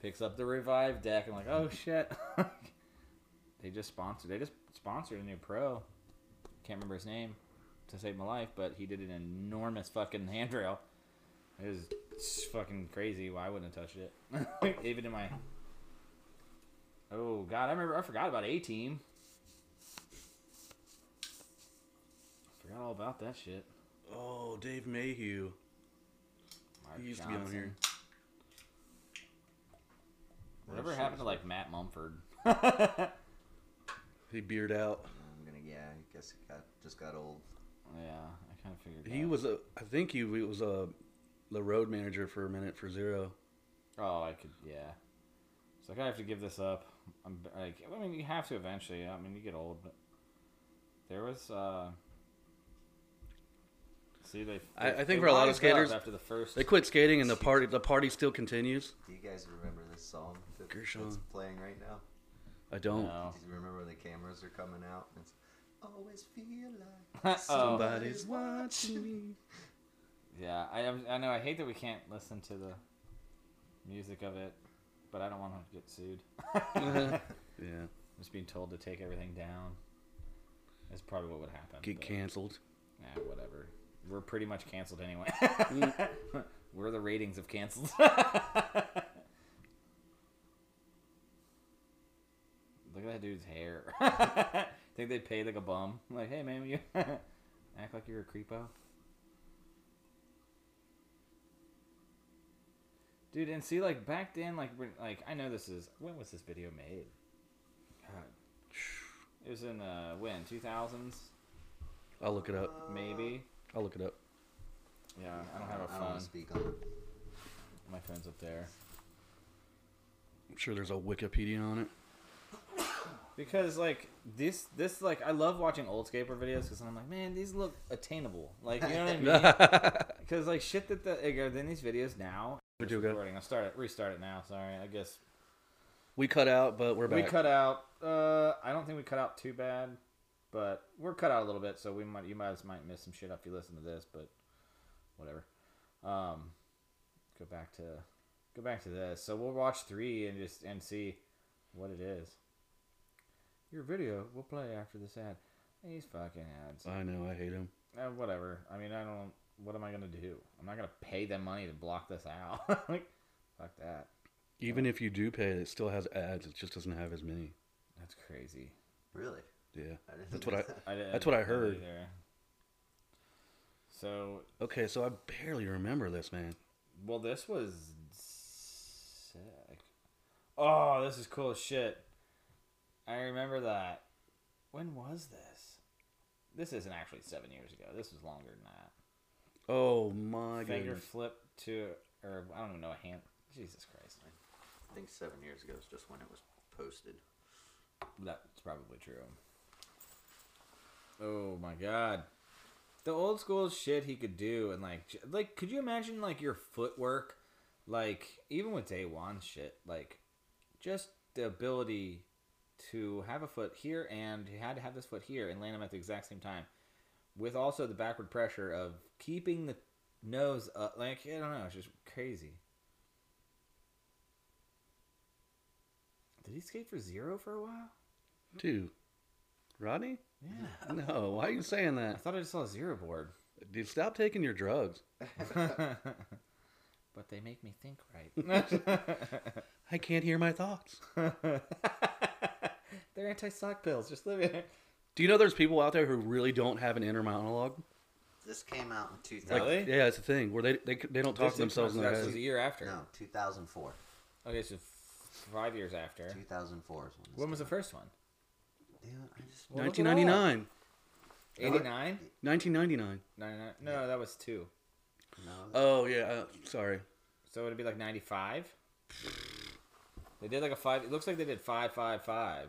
Speaker 1: picks up the Revive deck and like, oh shit. <laughs> they just sponsored they just sponsored a new pro can't remember his name to save my life but he did an enormous fucking <laughs> handrail it was s- fucking crazy why wouldn't have touched it <laughs> even in my oh god i remember i forgot about a team forgot all about that shit
Speaker 2: Oh, Dave Mayhew.
Speaker 1: Mark
Speaker 2: He used to be on
Speaker 1: Johnson.
Speaker 2: here.
Speaker 1: whatever happened to like matt mumford <laughs>
Speaker 2: He beard out.
Speaker 3: I'm gonna yeah, I guess it got just got old.
Speaker 1: yeah i kind of figured
Speaker 2: He
Speaker 1: that.
Speaker 2: was a. I think he was a, the road manager for a minute for Zero.
Speaker 1: Oh, I could, yeah. It's like I have to give this up. I'm b- like, I mean, you have to eventually. I mean, you get old, but there was. uh See, they.
Speaker 2: I-
Speaker 1: they-
Speaker 2: I think
Speaker 1: they
Speaker 2: for a lot of
Speaker 1: wised up
Speaker 2: skaters,
Speaker 1: after the first,
Speaker 2: They quit skating, and the party the party still continues.
Speaker 3: Do you guys remember this song that, that's
Speaker 2: Gershon.
Speaker 3: playing right now?
Speaker 2: I don't.
Speaker 1: No.
Speaker 3: Do you remember when the cameras are coming out? It's always feel like
Speaker 1: <laughs> oh,
Speaker 2: Somebody's watching me.
Speaker 1: <laughs>
Speaker 2: <laughs>
Speaker 1: yeah. I am. I know. I hate that we can't listen to the music of it, but I don't want to get sued.
Speaker 2: yeah.
Speaker 1: Just being told to take everything down. That's probably what would happen.
Speaker 2: Get
Speaker 1: but-
Speaker 2: canceled.
Speaker 1: Nah, whatever. We're pretty much canceled anyway. <laughs> We're the ratings of canceled. <laughs> Look at that dude's hair. <laughs> Think they paid like a bum. Like, hey man, you <laughs> act like you're a creepo. Dude, and see, like back then, like when- like I know this is when was this video made? God, it was in uh when two thousands
Speaker 2: I'll look it up.
Speaker 1: maybe.
Speaker 2: I'll look it up.
Speaker 1: Yeah, I don't have a
Speaker 3: I don't
Speaker 1: phone.
Speaker 3: wanna speak on it.
Speaker 1: My phone's up there.
Speaker 2: I'm sure there's a Wikipedia
Speaker 1: <laughs>
Speaker 2: on it.
Speaker 1: Because like this, this like I love watching old skateboard videos because I'm like, man, these look attainable. Like you know
Speaker 3: <laughs>
Speaker 1: what I mean? Because like shit that the like, are in these videos now.
Speaker 2: We
Speaker 1: It's
Speaker 2: do go.
Speaker 1: Recording. I start it. Restart it now. Sorry. I guess
Speaker 2: We cut out, but we're back.
Speaker 1: we cut out. Uh, I don't think we cut out too bad, but we're cut out a little bit, so we might you guys might miss some shit if you listen to this, but whatever. Um, go back to go back to this. So we'll watch three and just and see what it is. Your video will play after this ad. These fucking ads.
Speaker 2: I know. I hate him.
Speaker 1: Uh, whatever. I mean, I don't. What am I gonna do? I'm not gonna pay them money to block this out. <laughs> like, fuck that.
Speaker 2: Even if you do pay, it still has ads. It just doesn't have as many.
Speaker 1: That's crazy.
Speaker 3: Really?
Speaker 2: Yeah.
Speaker 3: <laughs> I didn't
Speaker 2: That's
Speaker 3: know
Speaker 2: what I.
Speaker 3: that.
Speaker 1: I didn't
Speaker 2: That's what I
Speaker 1: know
Speaker 2: heard.
Speaker 1: either. So,
Speaker 2: Okay, so I barely remember this, man.
Speaker 1: well, this was sick. Oh, this is cool as shit. I remember that. When was this? This isn't actually seven years ago. This was longer than that.
Speaker 2: Oh my
Speaker 1: Finger
Speaker 2: goodness.
Speaker 1: flip to, or I don't even know, a hand. Jesus Christ.
Speaker 3: I think seven years ago is just when it was posted.
Speaker 1: That's probably true. Oh my god. The old school shit he could do and like j- like could you imagine like your footwork like even with day one shit like just the ability to have a foot here and he had to have this foot here and land them at the exact same time with also the backward pressure of keeping the nose up like I don't know it's just crazy. Did he skate for zero for a while?
Speaker 2: Dude. Rodney?
Speaker 1: Yeah.
Speaker 2: No, why are you saying
Speaker 1: I
Speaker 2: that?
Speaker 1: thought I just saw a zero board.
Speaker 2: Dude, stop taking your drugs.
Speaker 1: but they make me think
Speaker 2: <laughs>
Speaker 1: right. <laughs>
Speaker 2: I can't hear my thoughts.
Speaker 1: They're anti sock pills. Just live in it.
Speaker 2: Do you know there's people out there who really don't have an inner monologue?
Speaker 3: This came out in two
Speaker 1: Like-
Speaker 3: thousand.
Speaker 1: Really?
Speaker 2: Yeah, it's a thing where they they, they don't talk to themselves in their
Speaker 1: This was a
Speaker 2: head.
Speaker 1: year after.
Speaker 3: no, two thousand four.
Speaker 1: Okay, so f- five years after.
Speaker 3: Two thousand four is when. This
Speaker 1: When was the
Speaker 3: came
Speaker 1: first one?
Speaker 3: out. Dude, I just
Speaker 1: Well, look it
Speaker 2: 1999.
Speaker 1: 89?
Speaker 2: 1999.
Speaker 1: 99? No, that was two.
Speaker 3: no.
Speaker 2: Oh yeah, uh, sorry.
Speaker 1: So it'd be like 95? They did like a five. It looks like they did five, five, five.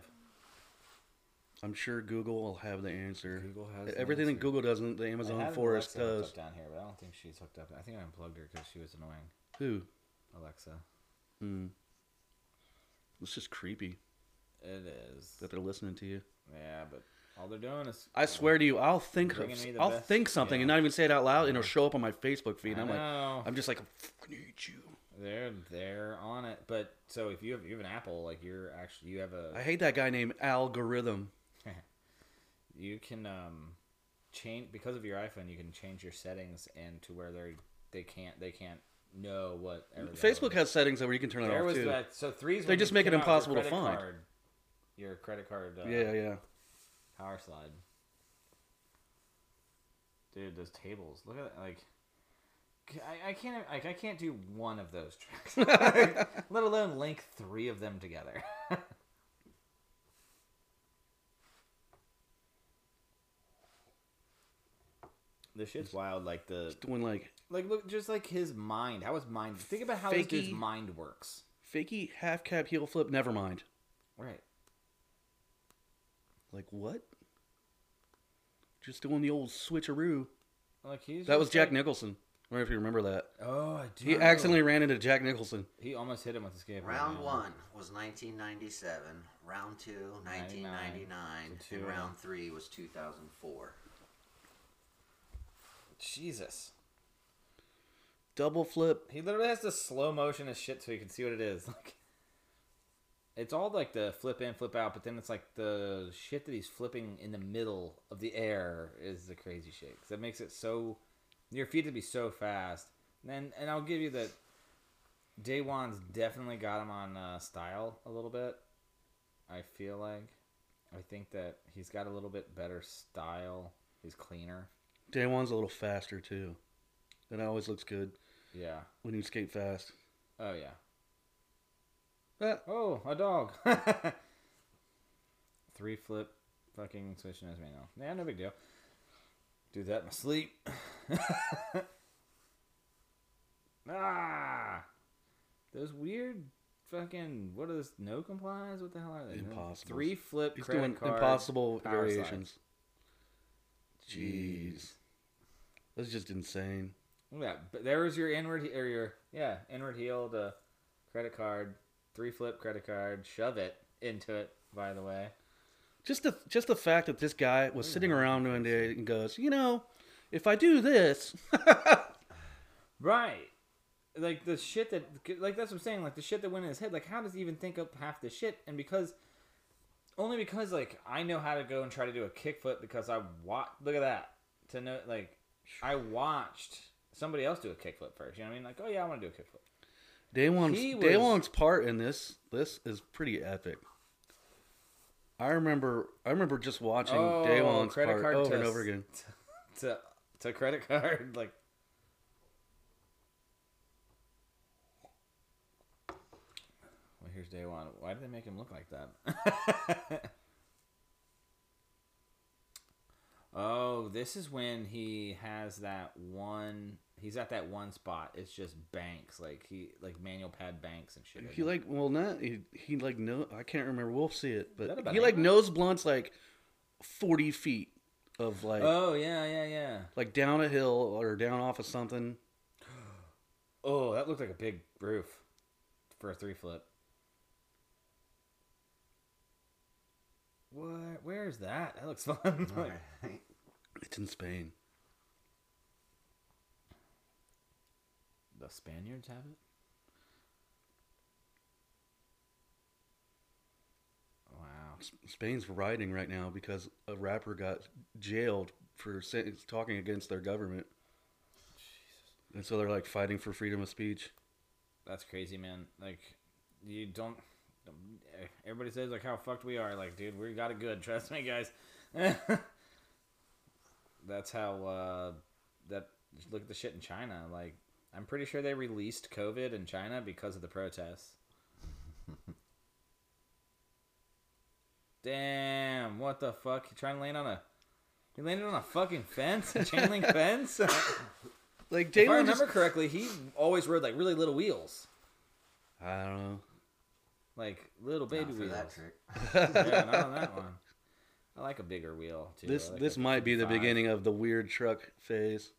Speaker 2: I'm sure Google will have the answer.
Speaker 1: Google has the
Speaker 2: everything that
Speaker 1: answer.
Speaker 2: Google doesn't, the
Speaker 1: I
Speaker 2: Amazon
Speaker 1: had
Speaker 2: Forest
Speaker 1: Alexa hooked
Speaker 2: does.
Speaker 1: up down here, but I don't think she's hooked up. I think I unplugged her because she was annoying.
Speaker 2: Who?
Speaker 1: Alexa.
Speaker 2: Hmm. It's just creepy
Speaker 1: It is.
Speaker 2: that they're listening to you.
Speaker 1: Yeah, but all they're doing is.
Speaker 2: I swear to you, I'll think of,
Speaker 1: Bringing me the
Speaker 2: I'll
Speaker 1: best-
Speaker 2: think something and
Speaker 1: yeah.
Speaker 2: not even say it out loud, and it'll show up on my Facebook feed. And
Speaker 1: I
Speaker 2: I'm like,
Speaker 1: know.
Speaker 2: I'm just like, I fucking hate you.
Speaker 1: They're they're on it, but so if you have you have an Apple, like you're actually you have a
Speaker 2: I hate that guy named Algorithm.
Speaker 1: you can um change because of your iPhone, you can change your settings and to where they they can't they can't know what everything-
Speaker 2: Facebook has settings where you can turn it
Speaker 1: there
Speaker 2: off
Speaker 1: was
Speaker 2: too.
Speaker 1: that so threes
Speaker 2: They
Speaker 1: when
Speaker 2: just
Speaker 1: you
Speaker 2: make it
Speaker 1: came out with your
Speaker 2: impossible to
Speaker 1: credit
Speaker 2: find.
Speaker 1: card- your credit card uh,
Speaker 2: Yeah, yeah.
Speaker 1: power slide. Dude, those tables. Look at that, like. c- I, I can't like I can't do one of those tracks, <laughs> let alone link three of them together. <laughs> this shit's wild. Like the
Speaker 2: Doing like
Speaker 1: like look just like his mind. How his mind? Think about how this dude's
Speaker 2: Fakey.
Speaker 1: mind works.
Speaker 2: fakey half cab heel flip. Never mind.
Speaker 1: Right.
Speaker 2: Like what? Just doing the old switcheroo.
Speaker 1: Like he's
Speaker 2: That was
Speaker 1: just,
Speaker 2: Jack
Speaker 1: like-
Speaker 2: Nicholson. I don't know if you remember that.
Speaker 1: Oh, I do.
Speaker 2: He accidentally ran into Jack Nicholson.
Speaker 1: He almost hit him with his skateboard.
Speaker 3: Round
Speaker 1: man.
Speaker 3: one was 1997. Round two, 1999,
Speaker 1: So two and
Speaker 3: and
Speaker 1: a-
Speaker 3: round three was 2004.
Speaker 1: Jesus.
Speaker 2: Double flip.
Speaker 1: He literally has to slow motion his shit so he can see what it is. <laughs> Like, it's all like the flip in, flip out, but then it's like the shit that he's flipping in the middle of the air is the crazy shit. 'Cause that makes it so your feet to be so fast. And then, and I'll give you that. Day one's definitely got him on uh, style a little bit. I feel like. I think that he's got a little bit better style. He's cleaner.
Speaker 2: Day one's a little faster too. That always looks good
Speaker 1: Yeah.
Speaker 2: when you skate fast.
Speaker 1: Oh yeah.
Speaker 2: Ah,
Speaker 1: Oh, a dog. <laughs> Three flip, fucking switch nose manual. Yeah, no big deal. Do that in my sleep. <laughs> ah, those weird fucking what are those? No complies? What the hell are they?
Speaker 2: Impossibles.
Speaker 1: Three flip.
Speaker 2: he's
Speaker 1: credit
Speaker 2: doing
Speaker 1: card,
Speaker 2: impossible
Speaker 1: power slide.
Speaker 2: variations. Jeez. That's just insane.
Speaker 1: Look at that. But there was your inward or your yeah inward heel to credit card. Three flip credit card. Shove it into it. By the way.
Speaker 2: Just the just the fact that this guy was sitting around one day and goes, you know, if I do this, <laughs>
Speaker 1: Right. Like the shit that, like that's what I'm saying. Like the shit that went in his head. Like how does he even think up half the shit? And because, only because like I know how to go and try to do a kickflip because I watch. Look at that. To know, like I watched somebody else do a kickflip first. You know what I mean? Like oh yeah, I want to do a kickflip.
Speaker 2: Day one's
Speaker 1: He
Speaker 2: Day
Speaker 1: was-
Speaker 2: one's part in this this is pretty epic. I remember I remember just watching
Speaker 1: Oh,
Speaker 2: Day one's part over and
Speaker 1: to-
Speaker 2: over again.
Speaker 1: <laughs> To to credit card like. Well, here's day one. Why did they make him look like that? <laughs> oh, this is when he has that one. He's at that one spot. It's just banks, like he like manual pad banks and shit.
Speaker 2: He like well not he, he like no I can't remember we'll see it
Speaker 1: that a
Speaker 2: but he
Speaker 1: banana?
Speaker 2: like nose blunts like forty feet of like
Speaker 1: oh yeah, yeah, yeah.
Speaker 2: like down a hill or down off of something.
Speaker 1: Oh, that looked like a big roof for a three flip. What? Where is that? That looks <laughs> fun.
Speaker 3: All
Speaker 1: Like,
Speaker 3: right.
Speaker 2: It's in Spain.
Speaker 1: the Spaniards have it. Wow.
Speaker 2: S- Spain's rioting right now because a rapper got jailed for sa- talking against their government. And so they're like fighting for freedom of speech.
Speaker 1: That's crazy, man. Like, you don't. Everybody says like how fucked we are. Like, dude, we <laughs> got it good. Trust me, guys. That's how uh, that just look at the shit in China. Like, I'm pretty sure they released COVID in China because of the protests. Damn! What the fuck? You trying to land on a? You landed on a fucking fence, a chain link fence. if
Speaker 2: Like
Speaker 1: I
Speaker 2: Jalen,
Speaker 1: remember
Speaker 2: just,
Speaker 1: correctly, he always rode like really little wheels,
Speaker 2: I don't know.
Speaker 1: like little baby
Speaker 3: Not for
Speaker 1: wheels.
Speaker 3: that trick. <laughs>
Speaker 1: yeah, not on that one. I like a bigger wheel too. I
Speaker 2: This
Speaker 1: like
Speaker 2: this
Speaker 1: a
Speaker 2: might be the
Speaker 1: 55.
Speaker 2: beginning of the weird truck phase.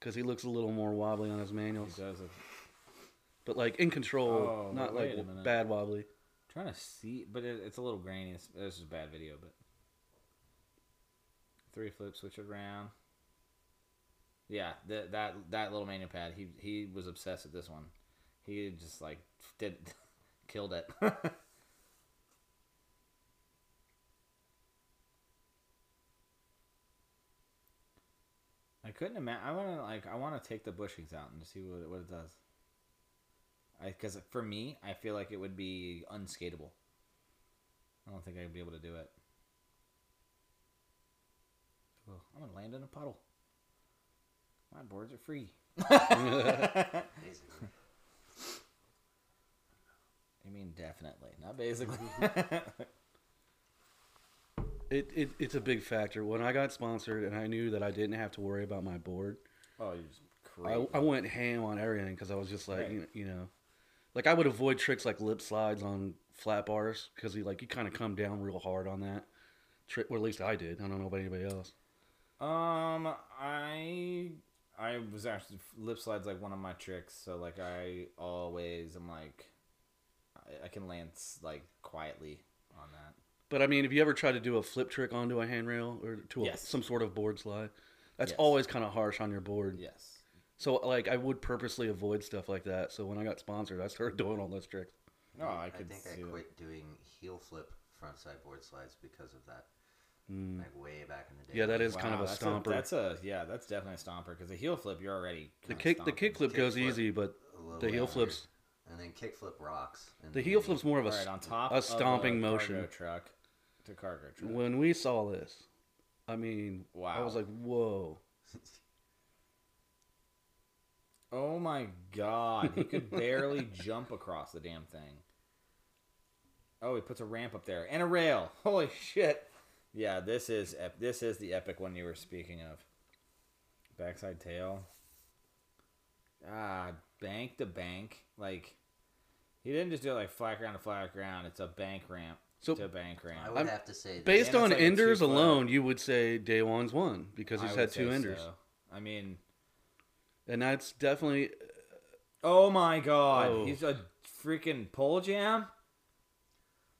Speaker 2: Cause he looks a little more wobbly on his
Speaker 1: He
Speaker 2: manuals,
Speaker 1: does look-
Speaker 2: but like in control,
Speaker 1: Oh,
Speaker 2: not
Speaker 1: wait
Speaker 2: like
Speaker 1: a minute.
Speaker 2: bad wobbly.
Speaker 1: trying to see, but it, it's a little grainy. It's, this is a bad video, but three flips, switch it around. Yeah, that that that little manual pad. He he was obsessed with this one. He just like did <laughs> killed it. <laughs> I couldn't imagine. I want to like. I want to take the bushings out and see what it- what it does. I because for me, I feel like it would be unskatable. I don't think I'd be able to do it. Oh, I'm gonna land in a puddle. My boards are free.
Speaker 3: Basically.
Speaker 1: I mean, definitely, not basically.
Speaker 2: It, it it's a big factor. When I got sponsored and I knew that I didn't have to worry about my board,
Speaker 1: <laughs> oh, you're just crazy.
Speaker 2: I, I went ham on everything because I was just like
Speaker 1: Right.
Speaker 2: you, you know, like I would avoid tricks like lip slides on flat bars because you like you kind of come down real hard on that trick. Or at least I did. I don't know about anybody else.
Speaker 1: Um, I I was actually lip slides like one of my tricks. So like I always am like I, I can land s- like quietly on that.
Speaker 2: But I mean, if you ever try to do a flip trick onto a handrail or to a,
Speaker 1: Yes.
Speaker 2: some sort of board slide, that's
Speaker 1: Yes.
Speaker 2: always kind of harsh on your board.
Speaker 1: Yes.
Speaker 2: So like I would purposely avoid stuff like that. So when I got sponsored, I started <laughs> doing all those tricks.
Speaker 1: No,
Speaker 2: Oh,
Speaker 1: I could
Speaker 3: think
Speaker 1: see
Speaker 3: I
Speaker 1: that.
Speaker 3: quit doing heel flip front side board slides because of that. Like way back in the day.
Speaker 2: Mm. Yeah, that is kind of a
Speaker 1: that's
Speaker 2: stomper.
Speaker 1: that's a yeah, that's definitely a stomper because the heel flip you're already
Speaker 2: the
Speaker 1: kinda
Speaker 2: kick the
Speaker 1: stomping.
Speaker 2: kick flip
Speaker 3: Kick
Speaker 2: goes
Speaker 3: flip.
Speaker 2: easy, but
Speaker 3: A
Speaker 1: Oh,
Speaker 3: little
Speaker 2: the heel
Speaker 3: bit
Speaker 2: flips
Speaker 3: weird. And then kick flip rocks. and
Speaker 2: the
Speaker 3: then
Speaker 2: heel
Speaker 3: you-
Speaker 2: flip's more of a
Speaker 1: All right,
Speaker 2: s-
Speaker 1: on top
Speaker 2: a stomping
Speaker 1: of a
Speaker 2: motion.
Speaker 1: cargo truck to cargo truck.
Speaker 2: when we saw this, I mean, I was
Speaker 1: Wow.
Speaker 2: like, whoa.
Speaker 1: Oh my god, he
Speaker 2: <laughs>
Speaker 1: could barely jump across the damn thing. Oh, he puts a ramp up there and a rail. Holy shit! Yeah, this is ep- this is the epic one you were speaking of. Backside tail. Ah, bank to bank. Like he didn't just do it like flat ground to flat ground. It's a bank ramp
Speaker 2: So-
Speaker 1: to bank ramp.
Speaker 3: <laughs> I would
Speaker 2: I'm-
Speaker 3: have to say that
Speaker 2: Based
Speaker 1: it's
Speaker 2: on
Speaker 1: like a
Speaker 2: enders
Speaker 1: two-footer.
Speaker 2: alone, you would say day one's one because
Speaker 1: I
Speaker 2: he's
Speaker 1: would
Speaker 2: had two
Speaker 1: say
Speaker 2: enders,
Speaker 1: so. I mean,
Speaker 2: and that's definitely
Speaker 1: Oh my god,
Speaker 2: Oh.
Speaker 1: he's a freaking pole jam.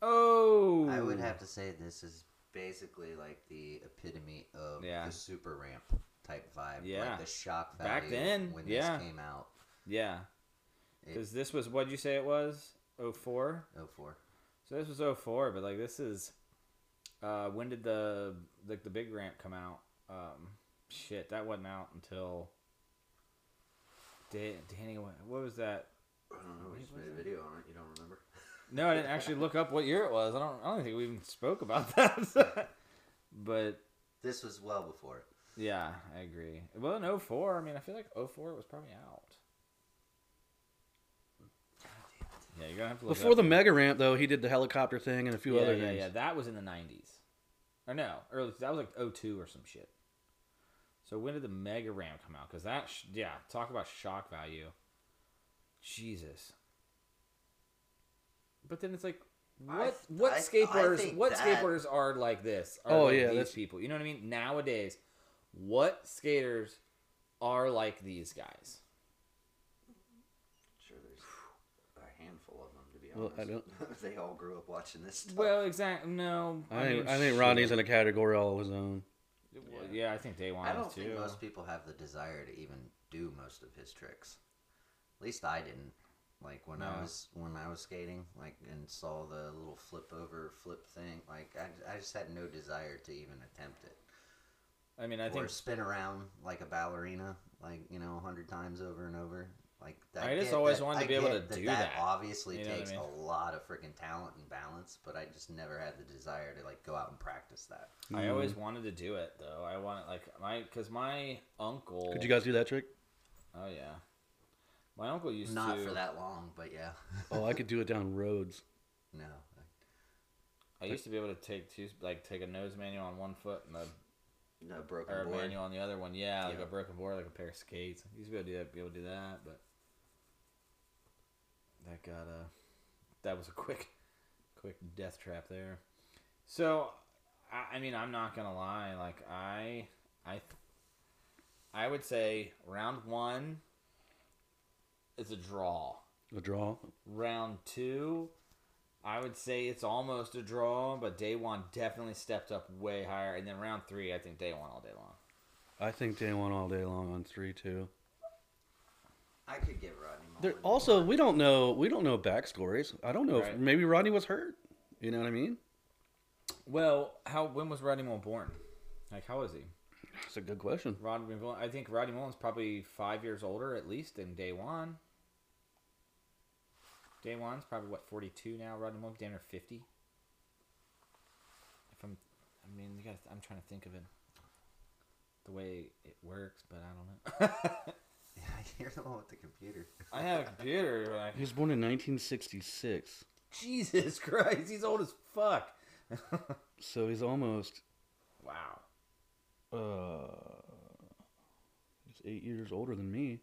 Speaker 1: Oh,
Speaker 3: I would have to say this is basically like the epitome of
Speaker 1: Yeah.
Speaker 3: the super ramp type vibe.
Speaker 1: Yeah.
Speaker 3: Like the shock value
Speaker 1: Back then,
Speaker 3: when
Speaker 1: yeah.
Speaker 3: this came out.
Speaker 1: yeah,
Speaker 3: It-
Speaker 1: because this was what'd you say it was? 04?
Speaker 3: Oh four.
Speaker 1: So this was 04, but like this is, uh, when did the like the big ramp come out? Um, shit, that wasn't out until. Da- Danny, what what was that?
Speaker 3: I don't know.
Speaker 1: we just made a
Speaker 3: video on it. You don't remember?
Speaker 1: No, I didn't actually look up what year it was. I don't. I don't think we even spoke about <laughs> that. but
Speaker 3: This was well before it.
Speaker 1: Yeah, I agree. Well, in 04, I mean, I feel like 04 was probably out. Yeah, you're gonna have to look it
Speaker 2: before
Speaker 1: up.
Speaker 2: the mega ramp. Though he did the helicopter thing and a few
Speaker 1: yeah,
Speaker 2: other
Speaker 1: yeah,
Speaker 2: things.
Speaker 1: yeah. That was in the 90s, or no, early. That was like 02 or some shit. So when did the Mega Ram come out? Because that, sh- yeah, talk about shock value. Jesus. But then it's like, what
Speaker 3: I-
Speaker 1: what
Speaker 3: I- I
Speaker 1: skateboarders
Speaker 3: think
Speaker 1: what
Speaker 3: that-
Speaker 1: skateboarders are like this? Are
Speaker 2: Oh,
Speaker 1: like
Speaker 2: yeah,
Speaker 1: these
Speaker 2: that's-
Speaker 1: people. You know what I mean? Nowadays, what skaters are like these guys?
Speaker 3: Sure, there's a handful of them to be
Speaker 2: Well, I
Speaker 3: honest. <laughs> they all grew up watching this stuff.
Speaker 1: Well, exactly. No,
Speaker 2: I, think
Speaker 1: mean,
Speaker 2: I think
Speaker 1: shit.
Speaker 2: Rodney's in a category all of his own.
Speaker 1: Well, yeah, I think Day One
Speaker 3: I don't
Speaker 1: is too.
Speaker 3: think most people have the desire to even do most of his tricks. At least I didn't. Like when
Speaker 1: No.
Speaker 3: I was when I was skating, like and saw the little flip over flip thing, like I, I just had no desire to even attempt it
Speaker 1: I mean, I
Speaker 3: or
Speaker 1: think
Speaker 3: spin around like a ballerina, like you know, a hundred times over and over. Like
Speaker 1: I just
Speaker 3: get
Speaker 1: always
Speaker 3: that-
Speaker 1: wanted to
Speaker 3: I
Speaker 1: be able
Speaker 3: get
Speaker 1: to
Speaker 3: that
Speaker 1: do
Speaker 3: that.
Speaker 1: that.
Speaker 3: Obviously,
Speaker 1: You know what I
Speaker 3: takes
Speaker 1: mean?
Speaker 3: a lot of freaking talent and balance, but I just never had the desire to like go out and practice that.
Speaker 1: I always
Speaker 2: Hmm.
Speaker 1: wanted to do it though. I wanted like my because my uncle.
Speaker 2: Could you guys do that trick?
Speaker 1: Oh yeah, my uncle used
Speaker 3: Not
Speaker 1: to.
Speaker 3: for that long,
Speaker 1: <laughs>
Speaker 3: but yeah,
Speaker 2: Oh, I could do it down roads.
Speaker 3: <laughs> no.
Speaker 1: I used to be able to take two, like take a nose manual on one foot and a
Speaker 3: No
Speaker 1: or
Speaker 3: broken
Speaker 1: a
Speaker 3: board.
Speaker 1: manual on the other one. Yeah, like
Speaker 3: Yeah.
Speaker 1: a broken board, like a pair of skates. I used to be able to do that, be able to do that, but that got uh that was a quick, <laughs> quick death trap there. So, I, I mean, I'm not gonna lie. Like I, I, I would say round one is a draw.
Speaker 2: A draw.
Speaker 1: Round two, I would say it's almost a draw, but Day One definitely stepped up way higher. And then round three, I think Day One all day long.
Speaker 2: I think day one all day long on three too.
Speaker 3: I could get Rodney.
Speaker 2: There,
Speaker 3: <laughs> Mullen.
Speaker 2: also, we don't know. We don't know backstories. I don't know if
Speaker 1: Right.
Speaker 2: maybe Rodney was hurt. You know what I mean?
Speaker 1: Well, how when was Rodney Mullen born? Like how is he?
Speaker 2: That's a good question.
Speaker 1: Rodney Mullen, I think Rodney Mullen's probably five years older at least than Day One. Day One's probably what forty two now. Rodney Mullen's damn near fifty. If I'm, I mean, you gotta, I'm trying to think of it, the way it works, but I don't know. <laughs>
Speaker 3: you're the one with the computer.
Speaker 1: I have a computer. But I,
Speaker 2: He was born in 1966,
Speaker 1: Jesus Christ, he's old as fuck. <laughs>
Speaker 2: so he's almost
Speaker 1: wow.
Speaker 2: uh, he's eight years older than me.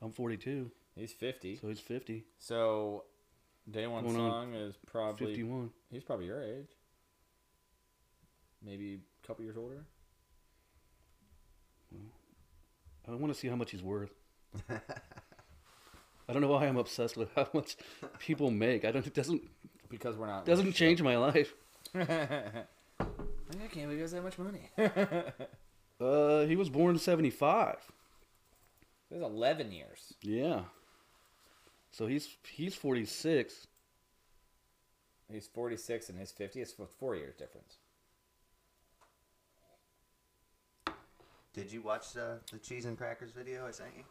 Speaker 2: I'm 42,
Speaker 1: He's 50.
Speaker 2: so he's 50,
Speaker 1: So, Day One
Speaker 2: Going on
Speaker 1: Song is probably.
Speaker 2: 51.
Speaker 1: He's probably your age. Maybe a couple years older.
Speaker 2: I want to see how much he's worth. I don't know why I'm obsessed with how much people make. I don't. It doesn't
Speaker 1: Because we're not.
Speaker 2: doesn't change my life.
Speaker 1: Like, <laughs> I can't believe he has that much money. <laughs> There's
Speaker 2: Uh, he was born in 75.
Speaker 1: 11 years.
Speaker 2: Yeah. So he's he's 46.
Speaker 1: He's 46 and his 50. It's f- four years difference.
Speaker 3: Did you watch uh, the, the cheese and crackers video I sent you?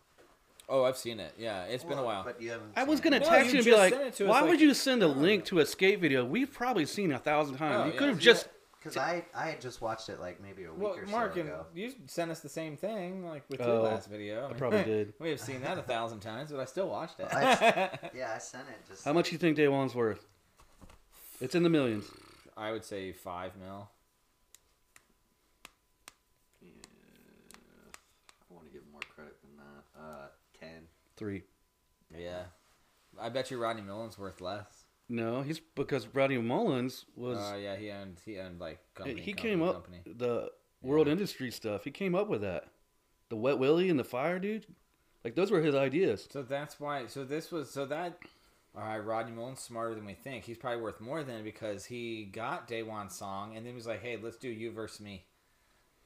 Speaker 1: Oh, I've seen it. Yeah, it's been a while.
Speaker 3: But you haven't.
Speaker 2: I
Speaker 3: seen
Speaker 2: was
Speaker 3: it.
Speaker 2: gonna
Speaker 1: No,
Speaker 2: text
Speaker 1: you
Speaker 2: you and be
Speaker 1: just
Speaker 2: like,
Speaker 1: sent it to us,
Speaker 2: "Why
Speaker 1: like-
Speaker 2: would you send a link to a skate video? We've probably seen a thousand times.
Speaker 1: Oh,
Speaker 2: you
Speaker 1: yeah.
Speaker 2: could have
Speaker 1: Yeah.
Speaker 2: just
Speaker 3: Because I, I had just watched it like maybe a week
Speaker 1: well,
Speaker 3: or
Speaker 1: Mark,
Speaker 3: so
Speaker 1: and
Speaker 3: ago.
Speaker 1: you sent us the same thing like with
Speaker 2: Oh,
Speaker 1: your last video. I, mean, <laughs>
Speaker 2: probably did.
Speaker 1: we have seen that a thousand times, but I still watched it.
Speaker 3: I- Yeah, I sent it just.
Speaker 2: How much you think Day One's worth? It's in the millions.
Speaker 1: <laughs> I would say five mil.
Speaker 3: I want to give more credit than that. Uh, ten.
Speaker 2: Three.
Speaker 1: Yeah, I bet you Rodney Mullen's worth less.
Speaker 2: No, he's because Rodney Mullins was
Speaker 1: Oh yeah, he owned he owned like company.
Speaker 2: he
Speaker 1: company,
Speaker 2: came up
Speaker 1: company.
Speaker 2: the world
Speaker 1: Yeah.
Speaker 2: industry stuff. He came up with that. The Wet Willie and the Fire Dude, like those were his ideas.
Speaker 1: So that's why. So this was so that. All right, Rodney Mullen's smarter than we think. He's probably worth more than because he got Daywan's song and then he was like, "Hey, let's do you versus me."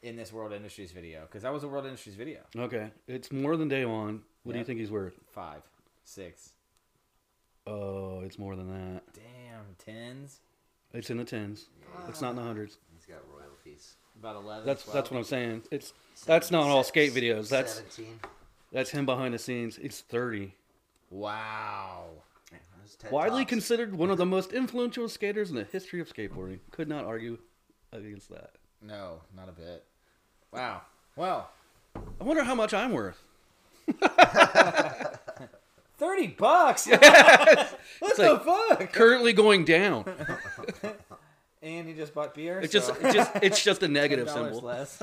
Speaker 1: In this World Industries video, because that was a World Industries video.
Speaker 2: Okay, it's more than Day One. What do
Speaker 1: Yeah.
Speaker 2: you think he's worth?
Speaker 1: Five, six,
Speaker 2: Oh, it's more than that.
Speaker 1: damn, tens,
Speaker 2: It's in the tens.
Speaker 1: Ah.
Speaker 2: It's not in the hundreds.
Speaker 3: He's got royalties.
Speaker 1: about eleven.
Speaker 2: That's
Speaker 1: 12.
Speaker 2: that's what I'm saying. It's that's not all skate
Speaker 3: Seven-
Speaker 2: videos. That's
Speaker 3: seventeen.
Speaker 2: that's him behind the scenes. It's thirty.
Speaker 1: Wow.
Speaker 3: Yeah, those TED
Speaker 2: Widely
Speaker 3: Talks.
Speaker 2: considered one of the most influential skaters in the history of skateboarding. Could not argue against that.
Speaker 1: No, not a bit. Wow. Well,
Speaker 2: I wonder how much I'm worth.
Speaker 1: thirty
Speaker 2: <laughs>
Speaker 1: bucks. <laughs> what the fuck?
Speaker 2: Currently
Speaker 1: <laughs>
Speaker 2: going down.
Speaker 1: And he just bought beer.
Speaker 2: It's just
Speaker 1: so
Speaker 2: it's just it's just a negative
Speaker 1: <laughs> $10
Speaker 2: symbol.
Speaker 1: Less.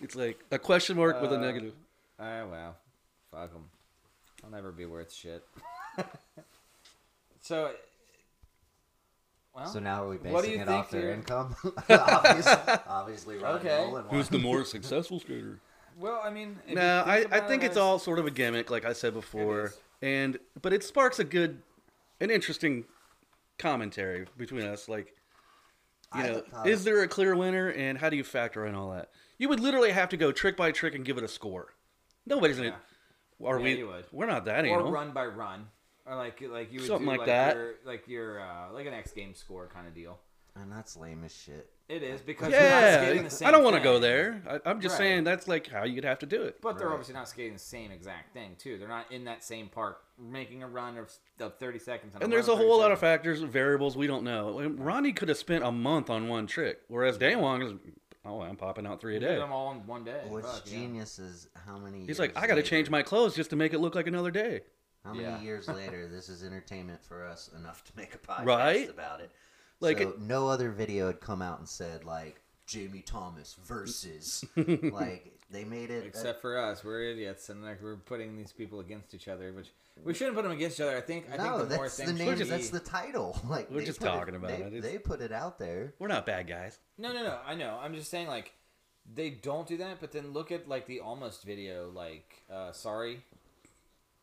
Speaker 2: It's like a question mark with a negative.
Speaker 1: Ah, well, fuck them. I'll never be worth shit. <laughs> so, well,
Speaker 3: So now are we basing
Speaker 1: What do you
Speaker 3: it off
Speaker 1: think
Speaker 3: their
Speaker 1: here?
Speaker 2: <laughs>
Speaker 3: income? <laughs> obviously, obviously Rodney
Speaker 1: Okay.
Speaker 3: Mullen won.
Speaker 2: more successful skater?
Speaker 1: well, I mean, if you
Speaker 2: No, I, I
Speaker 1: about
Speaker 2: think
Speaker 1: it,
Speaker 2: it's all sort of a gimmick, like I said before,
Speaker 1: is.
Speaker 2: and but it sparks a good, an interesting commentary between us. Like, you
Speaker 3: I
Speaker 2: know,
Speaker 3: thought-
Speaker 2: is there a clear winner, and how do you factor in all that? You would literally have to go trick by trick and give it a score. Nobody's gonna. Are
Speaker 1: Yeah,
Speaker 2: we?
Speaker 1: you would.
Speaker 2: We're not that
Speaker 1: or
Speaker 2: anal.
Speaker 1: run by run, or like like you would
Speaker 2: Something
Speaker 1: do
Speaker 2: like
Speaker 1: like
Speaker 2: that.
Speaker 1: your like your uh, like an X game score kind of deal.
Speaker 3: And that's lame as shit.
Speaker 1: It is because they're not skating
Speaker 2: Yeah,
Speaker 1: the same
Speaker 2: I don't want to
Speaker 1: thing.
Speaker 2: go there. I, I'm just
Speaker 1: Right.
Speaker 2: saying that's like how you'd have to do it.
Speaker 1: But they're
Speaker 3: Right.
Speaker 1: obviously not skating the same exact thing too. They're not in that same park making a run of, of thirty seconds. on
Speaker 2: And there's
Speaker 1: run
Speaker 2: a
Speaker 1: of 30
Speaker 2: whole lot of
Speaker 1: seconds.
Speaker 2: factors, variables we don't know. And Ronnie could have spent a month on one trick, whereas Daewon is, oh, I'm popping out three a
Speaker 1: Did
Speaker 2: day.
Speaker 1: them all in one day.
Speaker 3: What's
Speaker 1: Fuck, yeah.
Speaker 3: genius is how many.
Speaker 2: He's like,
Speaker 3: years
Speaker 2: I got to
Speaker 3: later-
Speaker 2: change my clothes just to make it look like another day.
Speaker 3: How many
Speaker 1: Yeah.
Speaker 2: <laughs>
Speaker 3: years later? This is entertainment for us enough to make a podcast
Speaker 2: Right?
Speaker 3: about it.
Speaker 2: Like
Speaker 3: Like
Speaker 2: it-
Speaker 3: no other video had come out and said like Jamie Thomas
Speaker 2: <laughs>
Speaker 3: versus like they made it.
Speaker 1: Except for us, we're idiots, and like we're putting these people against each other, which we shouldn't put them against each other. I think. I
Speaker 3: no,
Speaker 1: think the more
Speaker 3: that's the
Speaker 1: things
Speaker 3: name.
Speaker 1: should
Speaker 3: That's
Speaker 1: be-
Speaker 3: the title. <laughs> Like
Speaker 2: We're
Speaker 3: they
Speaker 2: just
Speaker 3: put it-
Speaker 2: talking about
Speaker 3: they-
Speaker 2: it. It's-
Speaker 3: They put it out there.
Speaker 2: We're not bad guys.
Speaker 1: No, no, no. I know. I'm just saying, like, they don't do that. But then look at like the almost video, like, uh, sorry,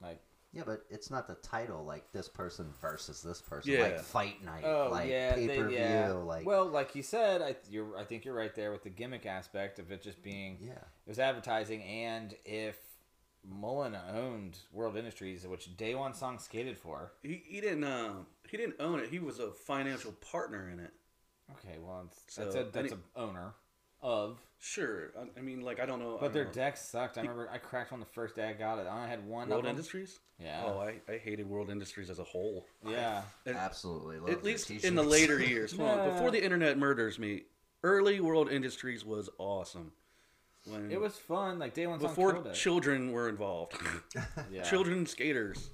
Speaker 1: like,
Speaker 3: Yeah, but it's not the title like this person versus this person.
Speaker 2: Yeah.
Speaker 3: Like fight night.
Speaker 1: oh
Speaker 3: like
Speaker 1: yeah,
Speaker 3: pay per
Speaker 1: they,
Speaker 3: view.
Speaker 1: yeah.
Speaker 3: Like
Speaker 1: well, like you said, I you're, I think you're right there with the gimmick aspect of it just being
Speaker 3: yeah.
Speaker 1: it was advertising, and if Mullen owned World Industries, which Day One Song skated for.
Speaker 2: He, he didn't um he didn't own it. He was a financial partner in it.
Speaker 1: Okay, well, it's,
Speaker 2: So,
Speaker 1: that's a
Speaker 2: I
Speaker 1: that's
Speaker 2: mean-
Speaker 1: a owner of.
Speaker 2: Sure, I, I mean like I don't know. I
Speaker 1: But
Speaker 2: don't
Speaker 1: their
Speaker 2: know.
Speaker 1: deck sucked. I remember I cracked one the first day I got it. I only had one.
Speaker 2: World
Speaker 1: of 'em.
Speaker 2: Industries.
Speaker 1: Yeah.
Speaker 2: Oh, I, I hated World Industries as a whole.
Speaker 1: Yeah.
Speaker 2: And
Speaker 3: Absolutely. love
Speaker 2: At
Speaker 3: their
Speaker 2: least in the
Speaker 3: t-shirts.
Speaker 2: later years. Hold on,
Speaker 1: <laughs> No.
Speaker 2: before the internet murders me, early World Industries was awesome. When
Speaker 1: It was fun. Like day one song
Speaker 2: before
Speaker 1: killed it.
Speaker 2: children were involved.
Speaker 1: yeah.
Speaker 2: <laughs> Children skaters.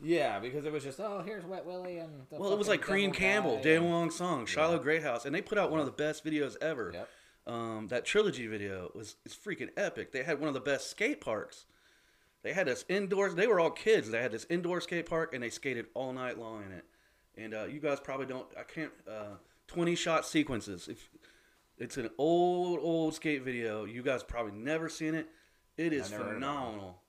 Speaker 1: Yeah, because it was just oh here's Wet Willie and the
Speaker 2: Well, it was
Speaker 1: fucking
Speaker 2: like Crean
Speaker 1: devil
Speaker 2: Campbell,
Speaker 1: guy
Speaker 2: Dan
Speaker 1: and-
Speaker 2: Wong Song, Shiloh Greyhouse, and they put out one of the best videos ever.
Speaker 1: Yep.
Speaker 2: Um, that trilogy video was is freaking epic. They had one of the best skate parks. They had this indoors. They were all kids. They had this indoor skate park, and they skated all night long in it. And uh, you guys probably don't. I can't. Uh, Twenty shot sequences. If it's an old old skate video, you guys probably never seen it. It is
Speaker 1: never heard about it.
Speaker 2: phenomenal.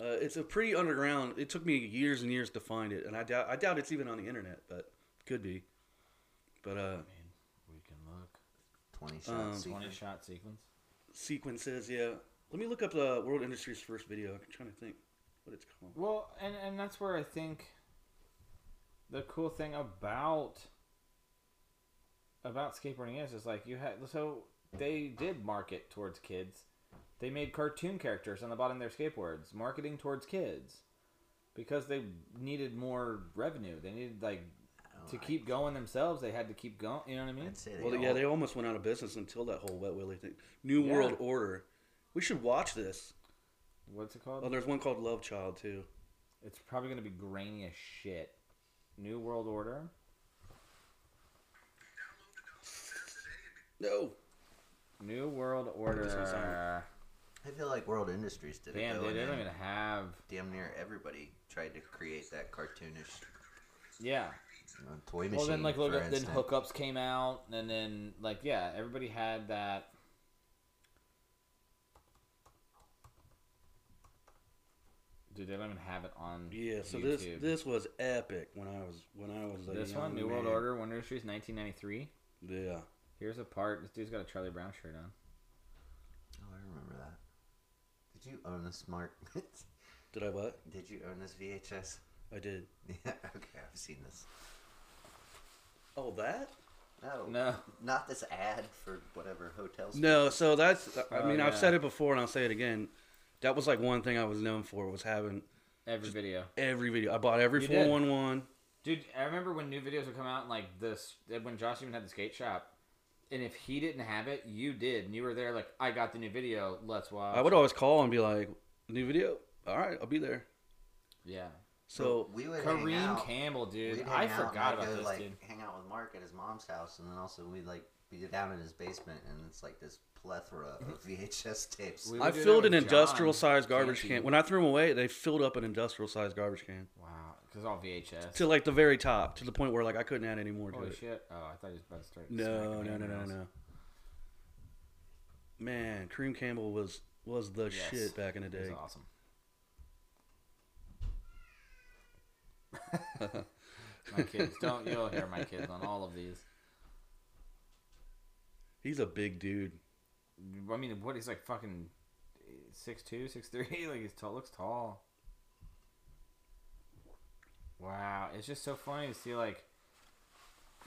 Speaker 2: Uh, it's a pretty underground. It took me years and years to find it, and I doubt I doubt it's even on the internet, but could be. But uh,
Speaker 1: We can look
Speaker 3: <laughs> twenty shots.
Speaker 2: Um,
Speaker 3: each.
Speaker 1: twenty shot sequence.
Speaker 2: sequences, yeah. Let me look up the World Industries first video. I'm trying to think what it's called.
Speaker 1: Well, and and that's where I think the cool thing about about skateboarding is is like you had so they did market towards kids. They made cartoon characters on the bottom of their skateboards, marketing towards kids because they needed more revenue. They needed like
Speaker 3: Oh,
Speaker 1: to
Speaker 3: I-
Speaker 1: keep going themselves. They had to keep going. You know what I mean?
Speaker 3: I'd say
Speaker 2: Well,
Speaker 3: they
Speaker 2: yeah,
Speaker 3: all-
Speaker 2: they almost went out of business until that whole Wet Willie thing. New
Speaker 1: Yeah.
Speaker 2: World Order. We should watch this.
Speaker 1: What's it called?
Speaker 2: Oh, there's one called Love Child too.
Speaker 1: It's probably gonna be grainy as shit. New World Order.
Speaker 2: No.
Speaker 1: New World
Speaker 2: this one's on-
Speaker 1: Order.
Speaker 3: I feel like World Industries did it.
Speaker 1: Damn,
Speaker 3: though,
Speaker 1: dude,
Speaker 3: and
Speaker 1: they don't
Speaker 3: then
Speaker 1: even have.
Speaker 3: Damn near everybody tried to create that cartoonish
Speaker 1: Yeah.
Speaker 3: you know, toy machine.
Speaker 1: Well, then like look,
Speaker 3: for
Speaker 1: at- then
Speaker 3: instance.
Speaker 1: hookups came out, and then like yeah, everybody had that. Dude, they don't even have it on.
Speaker 2: Yeah. So
Speaker 1: YouTube.
Speaker 2: this this was epic when I was when I was a
Speaker 1: This
Speaker 2: young
Speaker 1: one, New World
Speaker 2: man.
Speaker 1: Order, One Industries, 1993.
Speaker 2: Yeah.
Speaker 1: Here's a part. This dude's got a Charlie Brown shirt on.
Speaker 3: Oh, I remember that. Did you own this, Mark?
Speaker 2: Did I what?
Speaker 3: <laughs> did you own this VHS?
Speaker 2: I did.
Speaker 3: Yeah. <laughs> Okay, I've seen this.
Speaker 2: Oh, that?
Speaker 3: No,
Speaker 1: No. <laughs>
Speaker 3: not this ad for whatever hotels.
Speaker 2: No. So that's. I
Speaker 1: Oh,
Speaker 2: mean, I've
Speaker 1: yeah.
Speaker 2: said it before, and I'll say it again. That was like one thing I was known for was having
Speaker 1: Every video.
Speaker 2: every video. I bought every
Speaker 1: You
Speaker 2: four
Speaker 1: did.
Speaker 2: one one.
Speaker 1: Dude, I remember when new videos would come out, and like this, when Josh even had the skate shop, and if he didn't have it, you did, and you were there, like, I got the new video, let's watch.
Speaker 2: I would always call and be like, "New video? All right, I'll be there."
Speaker 1: Yeah.
Speaker 2: So
Speaker 3: we would hang
Speaker 1: Kareem
Speaker 3: out-
Speaker 1: Campbell, dude.
Speaker 3: we'd
Speaker 1: I
Speaker 3: hang out and
Speaker 1: forgot
Speaker 3: I'd
Speaker 1: about
Speaker 3: go,
Speaker 1: this,
Speaker 3: like,
Speaker 1: dude.
Speaker 3: Hang out with Mark at his mom's house, and then also we'd like be down in his basement, and it's like this plethora
Speaker 1: <laughs>
Speaker 3: of VHS tapes.
Speaker 1: We-
Speaker 2: I
Speaker 1: do that
Speaker 2: filled
Speaker 1: with
Speaker 2: an industrial sized
Speaker 1: John
Speaker 2: garbage
Speaker 1: Canty.
Speaker 2: can. When I threw them away, they filled up an industrial sized garbage can
Speaker 1: Wow. Because all VHS.
Speaker 2: to like the very top, to the point where like I couldn't add any more to
Speaker 1: Holy
Speaker 2: it.
Speaker 1: shit. Oh, I thought he was about to start.
Speaker 2: No,
Speaker 1: smacking
Speaker 2: no, no, no,
Speaker 1: fingernails.
Speaker 2: no. Man, Kareem Campbell was was the
Speaker 1: Yes.
Speaker 2: shit back in the
Speaker 1: It was
Speaker 2: day.
Speaker 1: awesome. <laughs>
Speaker 2: <laughs>
Speaker 1: my kids. Don't. You'll hear my kids on all of these.
Speaker 2: He's a big dude.
Speaker 1: I mean, what he's like fucking six two, six three. <laughs> Like he's tall. Looks tall. Wow, it's just so funny to see like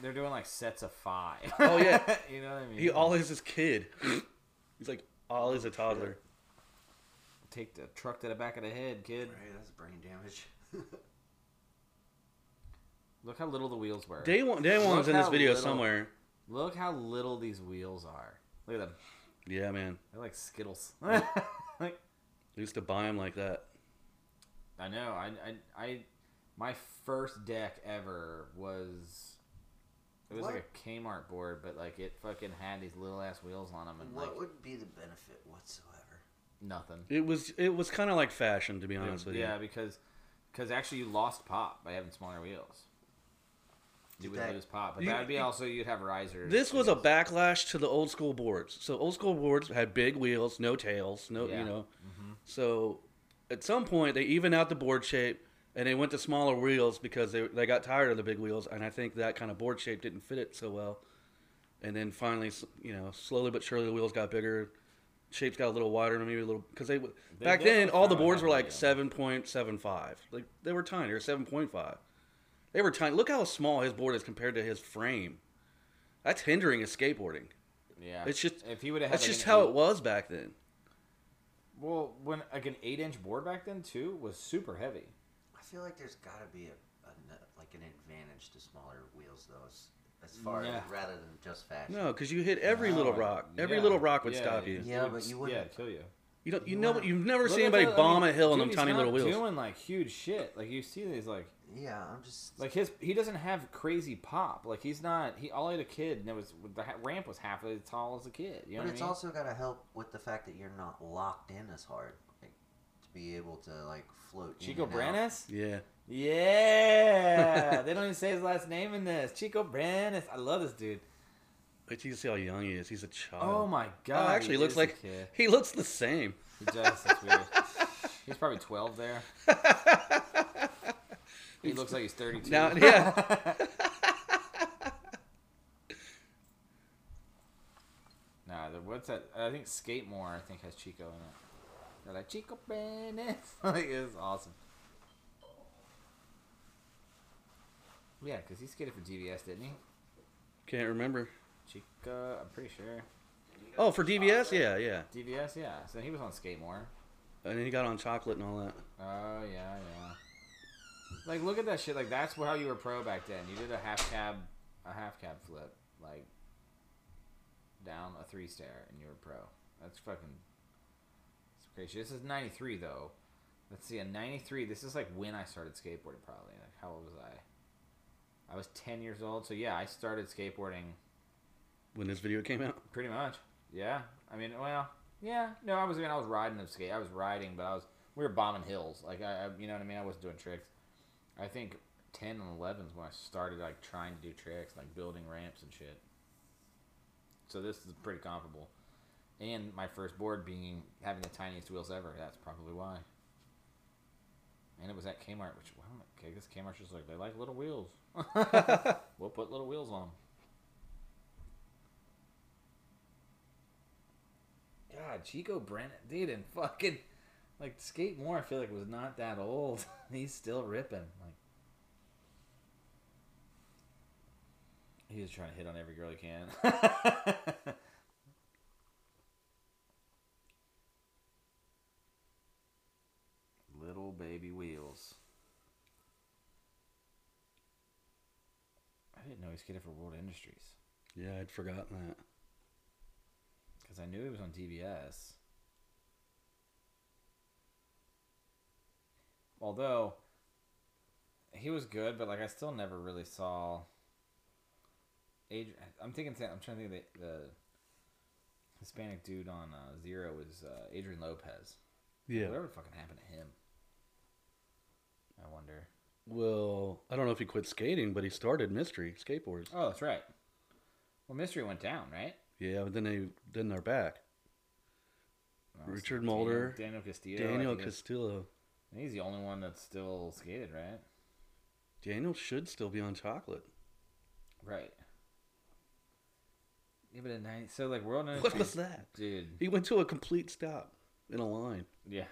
Speaker 1: they're doing like sets of five.
Speaker 2: Oh, yeah.
Speaker 1: <laughs> you know what I mean.
Speaker 2: He all is his kid. <laughs> He's like all is a toddler.
Speaker 1: take the truck to the back of the head, kid.
Speaker 3: Right, that's brain damage.
Speaker 1: Look how little the wheels were.
Speaker 2: Day one, day one's in
Speaker 1: Look
Speaker 2: this
Speaker 1: how
Speaker 2: video
Speaker 1: little-
Speaker 2: somewhere.
Speaker 1: Look how little these wheels are. Look at them.
Speaker 2: Yeah, man.
Speaker 1: They're like Skittles. <laughs> Like,
Speaker 2: I used to buy him like that.
Speaker 1: I know. I, I, I, my first deck ever was. It was like
Speaker 3: What?
Speaker 1: a Kmart board, but like it fucking had these little ass wheels on them <laughs> and like
Speaker 3: What would be the benefit whatsoever?
Speaker 1: nothing.
Speaker 2: It was it was kind of like fashion, to be honest with you.
Speaker 1: yeah, because because actually you lost pop by having smaller wheels. You
Speaker 3: Did
Speaker 1: would
Speaker 3: that-
Speaker 1: lose pop, but
Speaker 2: You-
Speaker 1: that would be also you'd have risers.
Speaker 2: This was a
Speaker 1: wheels.
Speaker 2: backlash to the old school boards. So old school boards had big wheels, no tails, no
Speaker 1: Yeah.
Speaker 2: you know. So at some point they evened out the board shape and they went to smaller wheels because they they got tired of the big wheels and I think that kind of board shape didn't fit it so well. And then finally, s- you know, slowly but surely the wheels got bigger. Shapes got a little wider, maybe a little because they, w
Speaker 1: They
Speaker 2: back then
Speaker 1: definitely
Speaker 2: all the
Speaker 1: found
Speaker 2: boards were
Speaker 1: that
Speaker 2: like
Speaker 1: video.
Speaker 2: seven point seven five, like they were tiny, or seven point five. They were tiny. Look how small his board is compared to his frame. That's hindering his skateboarding.
Speaker 1: Yeah,
Speaker 2: It's just-
Speaker 1: if he would have.
Speaker 2: That's just how it was back then.
Speaker 1: Well, when like an eight-inch board back then too was super heavy.
Speaker 3: I feel like there's got to be a, a n- like an advantage to smaller wheels though, as, as far
Speaker 1: Yeah.
Speaker 3: as rather than just fashion.
Speaker 2: No, because you hit every little
Speaker 1: No,
Speaker 2: rock. Every
Speaker 1: Oh yeah,
Speaker 2: little rock would
Speaker 1: yeah,
Speaker 2: stop you.
Speaker 1: it
Speaker 3: Yeah,
Speaker 1: would-
Speaker 3: but you
Speaker 1: Yeah,
Speaker 3: wouldn't-
Speaker 1: it'd kill you.
Speaker 2: You don't. You
Speaker 3: You
Speaker 2: know.
Speaker 3: wanna-
Speaker 2: You've never
Speaker 1: Look
Speaker 2: seen
Speaker 1: at
Speaker 2: anybody
Speaker 1: the- I
Speaker 2: bomb
Speaker 1: mean,
Speaker 2: a hill in them
Speaker 1: dude, he's
Speaker 2: tiny
Speaker 1: not
Speaker 2: little wheels.
Speaker 1: Doing like huge shit. Like you see these like
Speaker 3: Yeah, I'm just
Speaker 1: like his he doesn't have crazy pop. Like he's not he all had a kid and it was the ha- ramp was half as tall as a kid. You know
Speaker 3: But
Speaker 1: what
Speaker 3: it's
Speaker 1: I mean?
Speaker 3: also got to help with the fact that you're not locked in as hard, like to be able to like float.
Speaker 1: Chico
Speaker 3: in and out.
Speaker 1: Branis.
Speaker 2: Yeah.
Speaker 1: Yeah, they don't even say his last name in this. Chico Branis. I love this dude.
Speaker 2: Wait till you see how young he is. He's a child.
Speaker 1: Oh my
Speaker 2: Oh,
Speaker 1: god.
Speaker 2: actually,
Speaker 1: he
Speaker 2: he looks
Speaker 1: is a
Speaker 2: like
Speaker 1: kid.
Speaker 2: he looks the same.
Speaker 1: he does. That's weird. <laughs> he's probably twelve there. He looks like he's thirty-two.
Speaker 2: Now, yeah.
Speaker 1: <laughs> Nah, the, what's that? I think Skatemore. I think has Chico in it. They're like Chico Bennett. <laughs> like it's awesome. Yeah, because he skated for DVS, didn't he?
Speaker 2: <laughs> Can't remember.
Speaker 1: Chico, I'm pretty sure.
Speaker 2: Oh, for DBS, yeah, yeah.
Speaker 1: DVS, yeah. So he was on Skatemore.
Speaker 2: And then he got on chocolate and all that.
Speaker 1: Oh yeah, yeah. Like look at that shit. Like that's how you were pro back then. You did a half cab, a half cab flip, like down a three stair, and you were pro. That's fucking. It's crazy. This is '93 though. Let's see, in '93, this is like when I started skateboarding. Probably like how old was I? I was 10 years old. So yeah, I started skateboarding
Speaker 2: When this video came out,
Speaker 1: pretty much. Yeah, I mean, well, yeah. No, I was I, mean, I was riding the skate. I was riding, but I was we were bombing hills. Like I, I you know what I mean. I wasn't doing tricks. I think ten and eleven is when I started like trying to do tricks, like building ramps and shit. So this is pretty comparable. And my first board being having the tiniest wheels ever. That's probably why. And it was at Kmart, which well, okay, this Kmart's just like they like little wheels. we'll put little wheels on 'em. God, Chico Brennan, dude, and fucking like Skate Moore, I feel like was not that old. <laughs> He's still ripping. Like he was trying to hit on every girl he can. <laughs> Little baby wheels. I didn't know he was skated for World Industries
Speaker 2: yeah, I'd forgotten that.
Speaker 1: because I knew it was on DBS. Although he was good, but like I still never really saw. Adrian, I'm thinking. I'm trying to think of the, the Hispanic dude on uh, Zero was uh, Adrian Lopez.
Speaker 2: Yeah.
Speaker 1: Whatever fucking happened to him? I wonder.
Speaker 2: Well, I don't know if he quit skating, but he started mystery skateboards.
Speaker 1: Oh, that's right. Well, Mystery went down, right?
Speaker 2: Yeah, but then they then they're back.
Speaker 1: No, it's
Speaker 2: Richard
Speaker 1: Daniel-
Speaker 2: Mulder,
Speaker 1: Daniel Castillo. I
Speaker 2: Daniel
Speaker 1: think it's-
Speaker 2: Castillo.
Speaker 1: I think he's the only one that's still skated, right?
Speaker 2: Daniel should still be on chocolate.
Speaker 1: Right. Yeah, but at night, so like World
Speaker 2: What was
Speaker 1: Industries,
Speaker 2: that?
Speaker 1: dude.
Speaker 2: He went to a complete stop in a line.
Speaker 1: Yeah.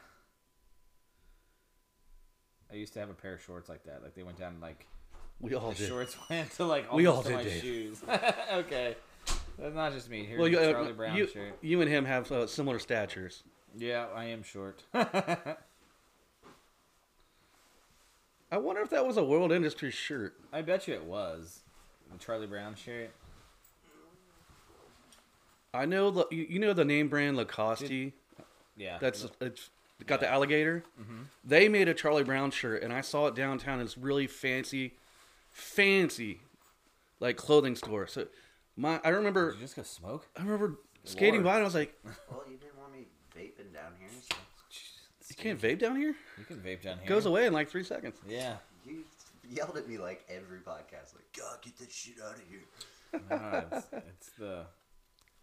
Speaker 1: I used to have a pair of shorts like that. Like they went down like
Speaker 2: We all
Speaker 1: The
Speaker 2: did.
Speaker 1: shorts <laughs> went to like
Speaker 2: We
Speaker 1: almost
Speaker 2: all
Speaker 1: to my
Speaker 2: did, Dave.
Speaker 1: shoes. <laughs> okay, that's not just me. Here's
Speaker 2: Well, you,
Speaker 1: the
Speaker 2: uh,
Speaker 1: Charlie Brown
Speaker 2: you,
Speaker 1: shirt.
Speaker 2: you and him have uh, similar statures.
Speaker 1: Yeah, I am short. <laughs>
Speaker 2: I wonder if that was a World Industry shirt.
Speaker 1: I bet you it was the Charlie Brown shirt.
Speaker 2: I know the you you know the name brand Lacoste.
Speaker 1: Yeah,
Speaker 2: That's it's got the alligator.
Speaker 1: Mm-hmm.
Speaker 2: They made a Charlie Brown shirt, and I saw it downtown. It's really fancy, fancy, like clothing store. So my I remember
Speaker 1: Did you just go smoke?
Speaker 2: I remember skating
Speaker 1: Lord.
Speaker 2: by, and I was like,
Speaker 3: Well, you didn't want me vaping down here. So
Speaker 2: "You can't vape down here."
Speaker 1: You can vape down here.
Speaker 2: Goes away in like three seconds.
Speaker 1: Yeah.
Speaker 3: you yelled at me like every podcast, like, God, get that shit out of here.
Speaker 1: No, it's, it's the.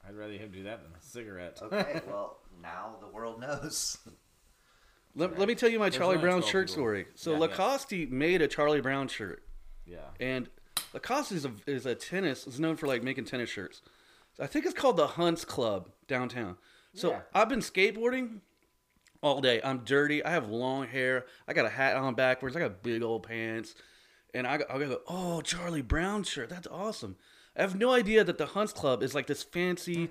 Speaker 1: I'd rather him do that than a cigarette.
Speaker 3: <laughs> Okay, well, now the world knows. <laughs>
Speaker 2: Let,
Speaker 1: Right.
Speaker 2: let me tell you my
Speaker 1: There's
Speaker 2: Charlie
Speaker 1: only
Speaker 2: Brown
Speaker 1: 12
Speaker 2: shirt
Speaker 1: people.
Speaker 2: story. So
Speaker 1: Yeah, yeah.
Speaker 2: Lacoste made a Charlie Brown shirt,
Speaker 1: Yeah.
Speaker 2: and Lacoste is a, is a tennis is known for like making tennis shirts. I think it's called the Hunts Club downtown. So
Speaker 1: Yeah.
Speaker 2: I've been skateboarding all day. I'm dirty. I have long hair. I got a hat on backwards. I got big old pants, and I go- I go oh Charlie Brown shirt. That's awesome. I have no idea that the Hunts Club is like
Speaker 1: <laughs>
Speaker 2: this fancy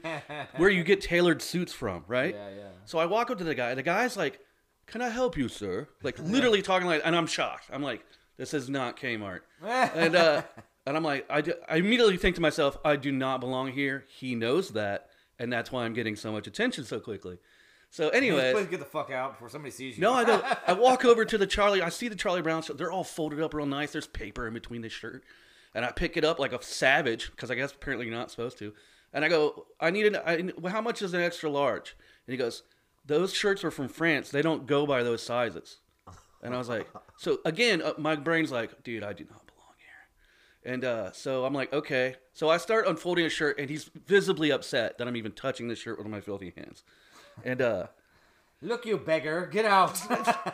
Speaker 2: where you get tailored suits from, right?
Speaker 1: Yeah, yeah.
Speaker 2: So I walk up to the guy. The guy's like, "Can I help you, sir?" Like literally talking like, and I'm shocked. I'm like, "This is not Kmart." and uh, and I'm like, I, do- I immediately think to myself, "I do not belong here." He knows that, and that's why I'm getting so much attention so quickly. So,
Speaker 1: Please
Speaker 2: anyway,
Speaker 1: get the fuck out before somebody sees you.
Speaker 2: no, I don't. I walk over to the Charlie. I see the Charlie Brown shirt. They're all folded up real nice. There's paper in between the shirt, and I pick it up like a savage because I guess apparently you're not supposed to. And I go, I need an. I, well, how much is an extra large? And he goes, those shirts are from France. They don't go by those sizes. And I was like, so again, uh, my brain's like, dude, I do not belong here. And uh, so I'm like, okay. So I start unfolding a shirt, and he's visibly upset that I'm even touching the shirt with my filthy hands. And uh,
Speaker 1: Look, you beggar, get
Speaker 2: <laughs>
Speaker 1: out.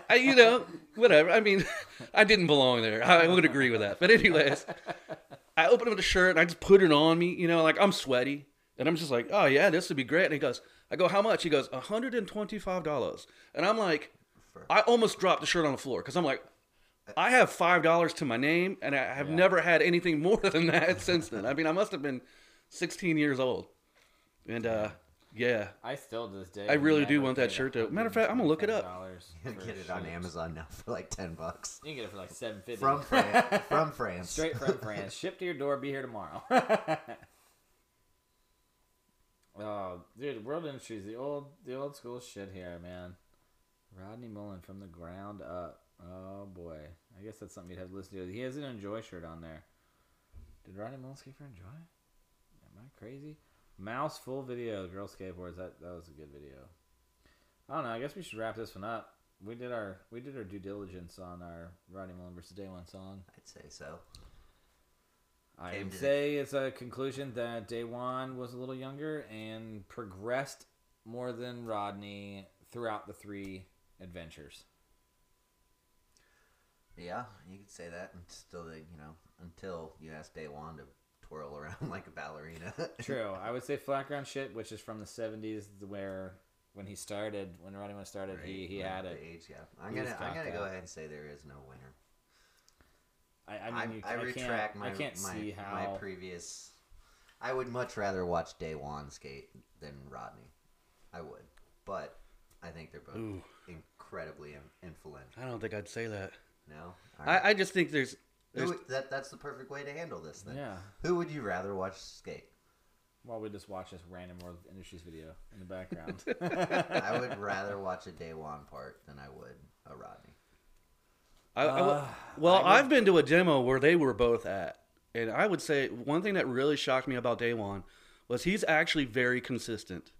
Speaker 2: I, you know, whatever. I mean, <laughs> I didn't belong there. I would agree with that. But anyways, I opened up the shirt and I just put it on me. You know, like I'm sweaty and I'm just like, oh yeah, this would be great. And he goes, I go, how much? He goes, hundred and twenty-five dollars. And I'm like, I almost dropped the shirt on the floor because I'm like, I have five dollars to my name and I have never had anything more than that <laughs> since then. I mean, I must have been sixteen years old. And uh, yeah,
Speaker 1: I still to this day.
Speaker 2: I really do
Speaker 1: never
Speaker 2: want that
Speaker 1: paid
Speaker 2: shirt, though. Matter of fact, I'm gonna look it up. <laughs>
Speaker 1: $125 for
Speaker 3: You can get
Speaker 1: a
Speaker 3: it on
Speaker 1: shirt.
Speaker 3: Amazon now for like 10 bucks.
Speaker 1: You can get it for like seven fifty <laughs>
Speaker 3: From France. From France.
Speaker 1: straight
Speaker 3: <laughs>
Speaker 1: from France. Shipped to your door. Be here tomorrow. <laughs> oh, dude, World Industries, the old, the old school shit here, man. Rodney Mullen from the ground up. Oh boy, I guess that's something you'd have to listen to. He has an Enjoy shirt on there. Did Rodney Mullen skate for Enjoy? Am I crazy? Mouse full video, girl skateboards. That that was a good video. I don't know. I guess we should wrap this one up. We did our we did our due diligence on our Rodney Mullen versus Day One song.
Speaker 3: I'd say so.
Speaker 1: I
Speaker 3: Came
Speaker 1: would
Speaker 3: to-
Speaker 1: say it's a conclusion that Daywan was a little younger and progressed more than Rodney throughout the three
Speaker 3: <laughs>
Speaker 1: adventures.
Speaker 3: Yeah, you could say that until they, you know, until you ask Day One to twirl around <laughs> like a ballerina.
Speaker 1: True. I would say flat ground shit, which is from the seventies, where when he started, when Rodney Mullen started, he, he
Speaker 3: Right,
Speaker 1: had
Speaker 3: the
Speaker 1: it.
Speaker 3: Age, yeah. I'm
Speaker 1: He was
Speaker 3: gonna, I'm
Speaker 1: knocked
Speaker 3: gonna go
Speaker 1: out.
Speaker 3: ahead and say there is no winner.
Speaker 1: I,
Speaker 3: I,
Speaker 1: I mean, you,
Speaker 3: I,
Speaker 1: I,
Speaker 3: retract
Speaker 1: can't,
Speaker 3: my,
Speaker 1: I can't
Speaker 3: my,
Speaker 1: see
Speaker 3: my
Speaker 1: how.
Speaker 3: previous. I would much rather watch Day One skate than Rodney. I would, but I think they're both
Speaker 2: Ooh.
Speaker 3: incredibly in- influential.
Speaker 2: I don't think I'd say that.
Speaker 3: No, All right.
Speaker 2: I, I just think there's,
Speaker 3: Who
Speaker 2: there's
Speaker 3: would- that that's the perfect way to handle this thing.
Speaker 1: yeah.
Speaker 3: Who would you rather watch
Speaker 1: <laughs>
Speaker 3: skate?
Speaker 1: While we just watch this random World Industries video in the
Speaker 3: <laughs>
Speaker 1: background.
Speaker 3: I would rather watch a Day One part than I would a Rodney.
Speaker 2: I, I would-
Speaker 1: Uh,
Speaker 2: well,
Speaker 1: I would-
Speaker 2: I've been to a demo where they were both at, and I would say one thing that really shocked me about Daywan was he's actually very consistent,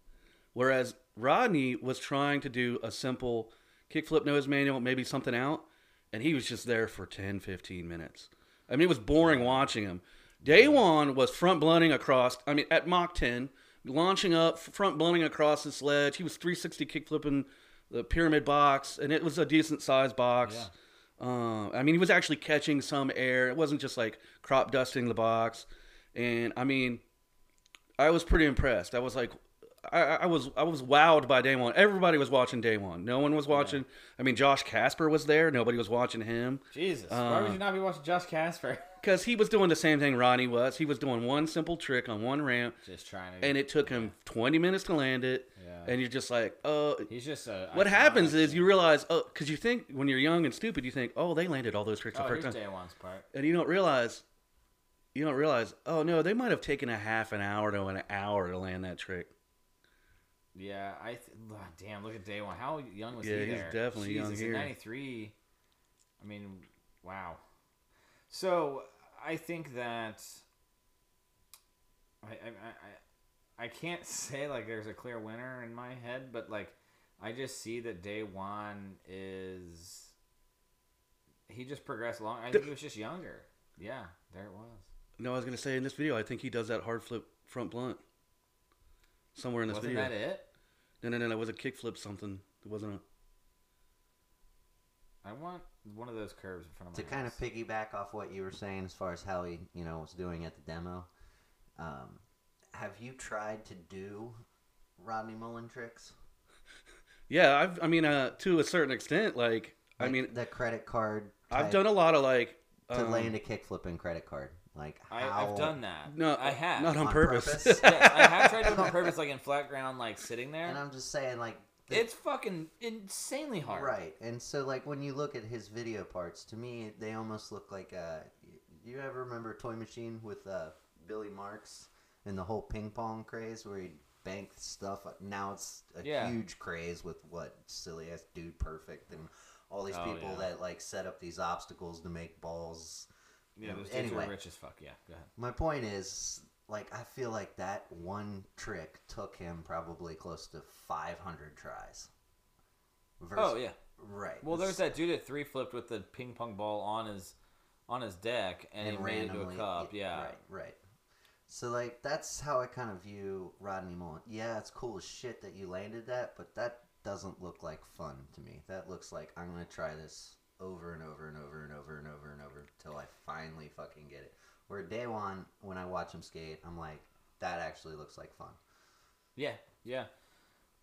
Speaker 2: whereas Rodney was trying to do a simple kickflip nose manual, maybe something out, and he was just there for 10, 15 minutes. I mean, it was boring watching him. Daywan was front blunting across. I mean, at Mach 10, launching up, front blunting across his sledge. He was 360 kickflipping the pyramid box, and it was a decent sized box.
Speaker 1: Yeah.
Speaker 2: Um, I mean, he was actually catching some air. It wasn't just like crop dusting the box. And I mean, I was pretty impressed. I was like, I, I was I was wowed by day one. Everybody was watching day one. No one was watching. I mean, Josh Casper was there. Nobody was watching him
Speaker 1: Jesus, why would
Speaker 2: Uh,
Speaker 1: you not be watching Josh Casper? <laughs>
Speaker 2: because he was doing the same thing Ronnie was. He was doing one simple trick on one ramp,
Speaker 1: Just trying to.
Speaker 2: and it took him 20 minutes to land it.
Speaker 1: Yeah.
Speaker 2: And you're just like, oh.
Speaker 1: he's just a.
Speaker 2: What
Speaker 1: iconic-
Speaker 2: happens is you realize, oh, because you think when you're young and stupid, you think, oh, they landed all those tricks the
Speaker 1: Oh,
Speaker 2: first
Speaker 1: here's
Speaker 2: time.
Speaker 1: Day One's part.
Speaker 2: and you don't realize you don't realize oh no they might have taken a half an hour to an hour to land that trick
Speaker 1: Yeah, I th- ugh, damn. Look at Day One. How young was
Speaker 2: Yeah,
Speaker 1: he?
Speaker 2: he's
Speaker 1: there?
Speaker 2: definitely young
Speaker 1: Jesus,
Speaker 2: here.
Speaker 1: Ninety three. I mean, wow. So I think that I I, I I I can't <laughs> say like there's a clear winner in my head, but like I just see that Day One is he just progressed long. I think he was just younger. Yeah, there it was.
Speaker 2: no i was going to say in this video i think he does that hard flip front blunt somewhere in this
Speaker 1: Wasn't
Speaker 2: video
Speaker 1: that it?
Speaker 2: no no no no it was a kick flip something it wasn't a
Speaker 1: I want one of those curves in front of
Speaker 3: to
Speaker 1: my
Speaker 3: kind
Speaker 1: house.
Speaker 3: of piggyback off what you were saying as far as how he you know was doing at the demo um, have you tried to do rodney mullen tricks
Speaker 2: yeah i've i mean uh to a certain extent like i
Speaker 3: Like
Speaker 2: mean
Speaker 3: the credit card
Speaker 2: i've
Speaker 3: type
Speaker 2: done a lot of like
Speaker 3: to
Speaker 2: um,
Speaker 3: land a kickflip and credit card like how
Speaker 1: I, I've done that.
Speaker 2: no
Speaker 1: I have.
Speaker 2: not on,
Speaker 3: on
Speaker 2: purpose, <laughs>
Speaker 3: purpose?
Speaker 1: <laughs> yeah, I have tried to do it on purpose, like in flat ground, like sitting
Speaker 3: and
Speaker 1: there.
Speaker 3: i'm just saying like the-
Speaker 1: It's fucking insanely hard.
Speaker 3: right and so like when you look at his video parts to me they almost look like uh y- you ever remember toy machine with uh billy marks and the whole ping pong craze where he banked stuff now it's a
Speaker 1: Yeah.
Speaker 3: huge craze with what silly ass dude perfect and all these
Speaker 1: Oh,
Speaker 3: people
Speaker 1: yeah.
Speaker 3: that like set up these obstacles to make balls
Speaker 1: Yeah, those dudes
Speaker 3: Anyway.
Speaker 1: are rich as fuck. Yeah, go ahead.
Speaker 3: my point is, like, I feel like that one trick took him probably close to 500 tries. Vers-
Speaker 1: Oh yeah.
Speaker 3: Right.
Speaker 1: Well, there's that dude that three flipped with the ping pong ball on his on his deck, and, he made it to a cup. Yeah.
Speaker 3: Right, right. So, like, that's how I kind of view Rodney Mullen. Yeah, it's cool as shit that you landed that, but that doesn't look like fun to me. That looks like I'm going to try this over and over and over and over and over and over until I finally fucking get it. Where day one, when I watch him skate, I'm like, that actually looks like fun.
Speaker 1: Yeah. Yeah.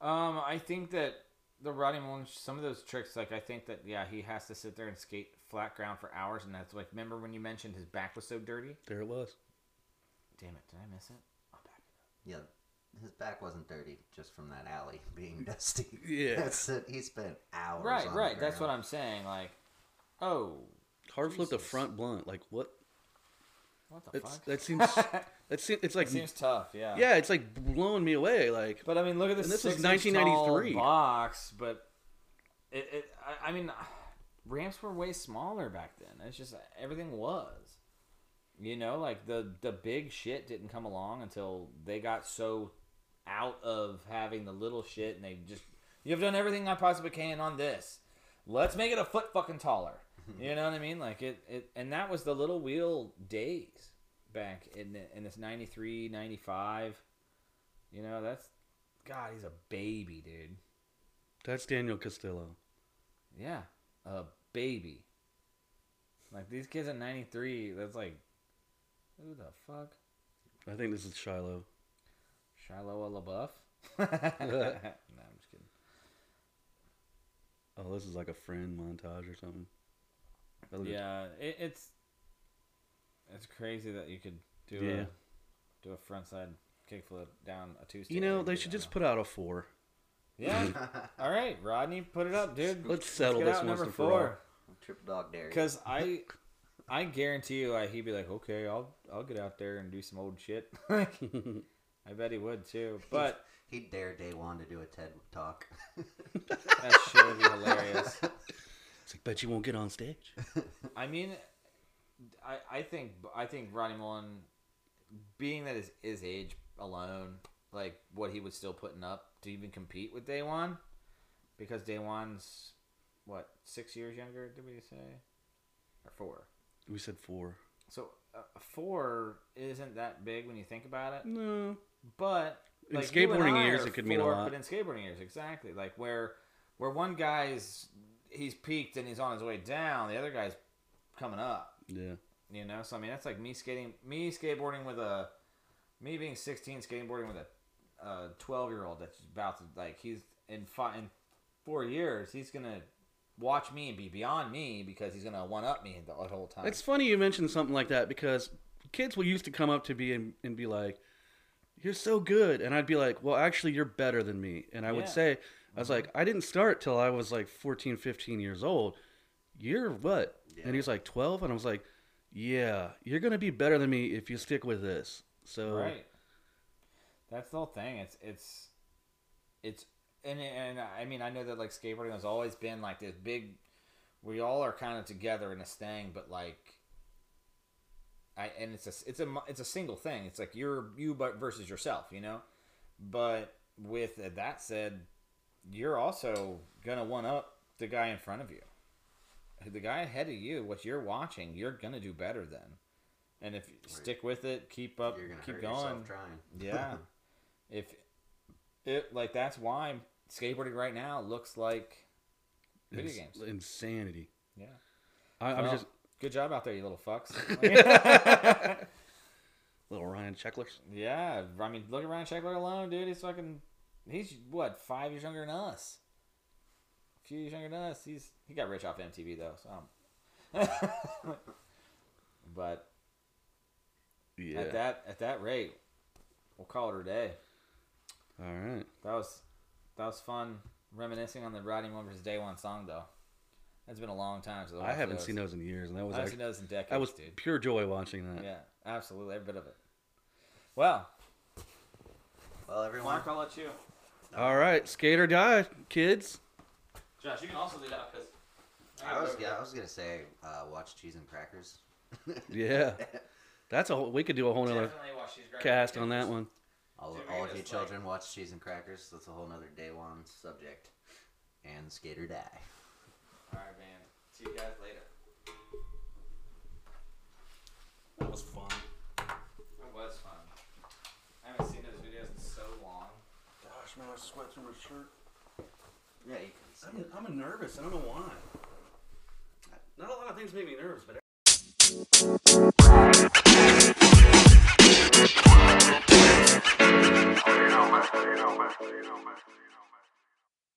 Speaker 1: Um, I think that the Roddy Mullen, some of those tricks, like I think that yeah, he has to sit there and skate flat ground for hours, and that's like remember when you mentioned his back was so dirty?
Speaker 2: there it was
Speaker 1: Damn it, did I miss it? I'm back.
Speaker 3: Yeah, his back wasn't dirty just from that alley <laughs> being dusty.
Speaker 2: Yeah.
Speaker 3: That's it. He spent hours.
Speaker 1: Right,
Speaker 3: on
Speaker 1: right.
Speaker 3: The
Speaker 1: That's what
Speaker 3: ground.
Speaker 1: I'm saying. Like, oh,
Speaker 2: hard flip the
Speaker 1: Jesus.
Speaker 2: front blunt like what
Speaker 1: what the
Speaker 2: that's,
Speaker 1: fuck? <laughs>
Speaker 2: that seems that seems it's like
Speaker 1: It seems tough, yeah.
Speaker 2: yeah it's like blowing me away like
Speaker 1: But I mean, look at this.
Speaker 2: And this
Speaker 1: this
Speaker 2: was
Speaker 1: is 1993
Speaker 2: 1993.
Speaker 1: box, but it. it I, I mean, ramps were way smaller back then. It's just everything was. You know, like the the big shit didn't come along until they got so out of having the little shit, and they just you've done everything I possibly can on this. Let's make it a foot fucking
Speaker 2: <laughs>
Speaker 1: taller. You know what I mean? Like it, it and that was the little wheel days back in the, in this 93, 95. You know, that's God, he's a baby, dude.
Speaker 2: That's Daniel Castillo.
Speaker 1: Yeah, a baby. Like these kids at 93, that's like, who the fuck?
Speaker 2: I think this is Shiloh.
Speaker 1: Shiloh LaBeouf? <laughs> no, I'm just kidding.
Speaker 2: Oh, this is like a friend montage or something. That looks-
Speaker 1: Yeah, it, it's it's crazy that you could do
Speaker 2: Yeah.
Speaker 1: a do a frontside kickflip down a Tuesday.
Speaker 2: You know, they should just put out a four.
Speaker 1: yeah.
Speaker 2: <laughs>
Speaker 1: all right, Rodney, put it up, dude.
Speaker 2: Let's settle
Speaker 1: get
Speaker 2: this
Speaker 1: out
Speaker 2: once
Speaker 1: number
Speaker 2: and for all.
Speaker 1: four.
Speaker 3: <laughs> Triple dog dare. you.
Speaker 1: Because I, I guarantee you, I, he'd be like, okay, I'll I'll get out there and do some old shit. <laughs> Like, I bet he would too. But
Speaker 3: he dared Day One to do a TED talk. <laughs>
Speaker 1: that shit would be hilarious.
Speaker 2: It's like, bet you won't get
Speaker 1: <laughs>
Speaker 2: on stage.
Speaker 1: I mean, I, I think I think Ronnie Mullen, being that his his age alone, like what he was still putting up to even compete with Day One, because Day One's what six years younger? Did we say, or four?
Speaker 2: We said four.
Speaker 1: So uh, four isn't that big when you think about it.
Speaker 2: No.
Speaker 1: But
Speaker 2: In
Speaker 1: like, you and
Speaker 2: skateboarding
Speaker 1: I
Speaker 2: years,
Speaker 1: are
Speaker 2: it could mean a
Speaker 1: four,
Speaker 2: lot.
Speaker 1: But in skateboarding years, exactly. Like where where one guy's he's peaked and he's on his way down, the other guy's coming up.
Speaker 2: Yeah.
Speaker 1: You know, so I mean that's like me skating, me skateboarding with a, me being sixteen skateboarding with a, a twelve year old that's about to like he's in fi- in four years he's gonna watch me and be beyond me because he's gonna one up me the whole time.
Speaker 2: It's funny you mentioned something like that because kids will used to come up to me and, and be like, "You're so good," and I'd be like, "Well, actually, you're better than me." And I
Speaker 1: Yeah. Mm-hmm.
Speaker 2: would say, "I was like, I didn't start till I was like 14, 15 years old. You're what?" And he's like, "12," and I was like, "Yeah, you're gonna be better than me if you stick with this." So
Speaker 1: right. That's the whole thing. It's it's it's and and I mean I know that like skateboarding has always been like this big. We all are kind of together in this thing, but like. I, and it's a it's a mu- it's a single thing. It's like you're you but versus yourself, you know. But with that said, you're also gonna one up the guy in front of you, the guy ahead of you. What you're watching, you're gonna do better than. And if you stick with it, keep up,
Speaker 3: You're gonna
Speaker 1: keep
Speaker 3: hurt
Speaker 1: going. <laughs>
Speaker 3: yourself trying.
Speaker 1: Yeah. if it like that's why skateboarding right now looks like video
Speaker 2: it's
Speaker 1: games.
Speaker 2: insanity.
Speaker 1: Yeah.
Speaker 2: I, I'm
Speaker 1: Well,
Speaker 2: just
Speaker 1: good job out there, you little fucks. <laughs>
Speaker 2: little Ryan Checklers.
Speaker 1: yeah. I mean, look at Ryan Sheckler alone, dude. He's fucking he's what, five years younger than us. A few years younger than us. He's he got rich off MTV though, so I don't- <laughs> But
Speaker 2: Yeah.
Speaker 1: at that at that rate, we'll call it a day.
Speaker 2: All right.
Speaker 1: That was that was fun reminiscing on the Rodney One versus Day One song though. That's been a long time. So
Speaker 2: I haven't seen those in years, and that was
Speaker 1: I haven't
Speaker 2: actually,
Speaker 1: seen those in decades,
Speaker 2: that was
Speaker 1: dude.
Speaker 2: pure joy watching that.
Speaker 1: Yeah, absolutely, every bit of it. Well,
Speaker 3: <laughs> Well, everyone,
Speaker 1: I'll let you.
Speaker 2: All right, skater die, kids.
Speaker 1: Josh, you can also do that because
Speaker 3: I was yeah, I was gonna say uh, watch cheese and crackers. <laughs>
Speaker 2: Yeah, that's a whole, we could do a whole nother
Speaker 1: watch these
Speaker 2: cast on that one.
Speaker 3: All,
Speaker 1: Dude,
Speaker 3: all
Speaker 1: it's
Speaker 3: of you
Speaker 1: like-
Speaker 3: children watch cheese and crackers. That's a whole nother day one subject. And skate or die.
Speaker 1: All right, man. See you guys later.
Speaker 2: That was fun.
Speaker 1: It was fun. I haven't seen those videos in so long.
Speaker 2: Gosh, man, I sweat through my shirt.
Speaker 3: Yeah, you can see
Speaker 2: I'm, I'm nervous. I don't know why. Not a lot of things make me nervous, but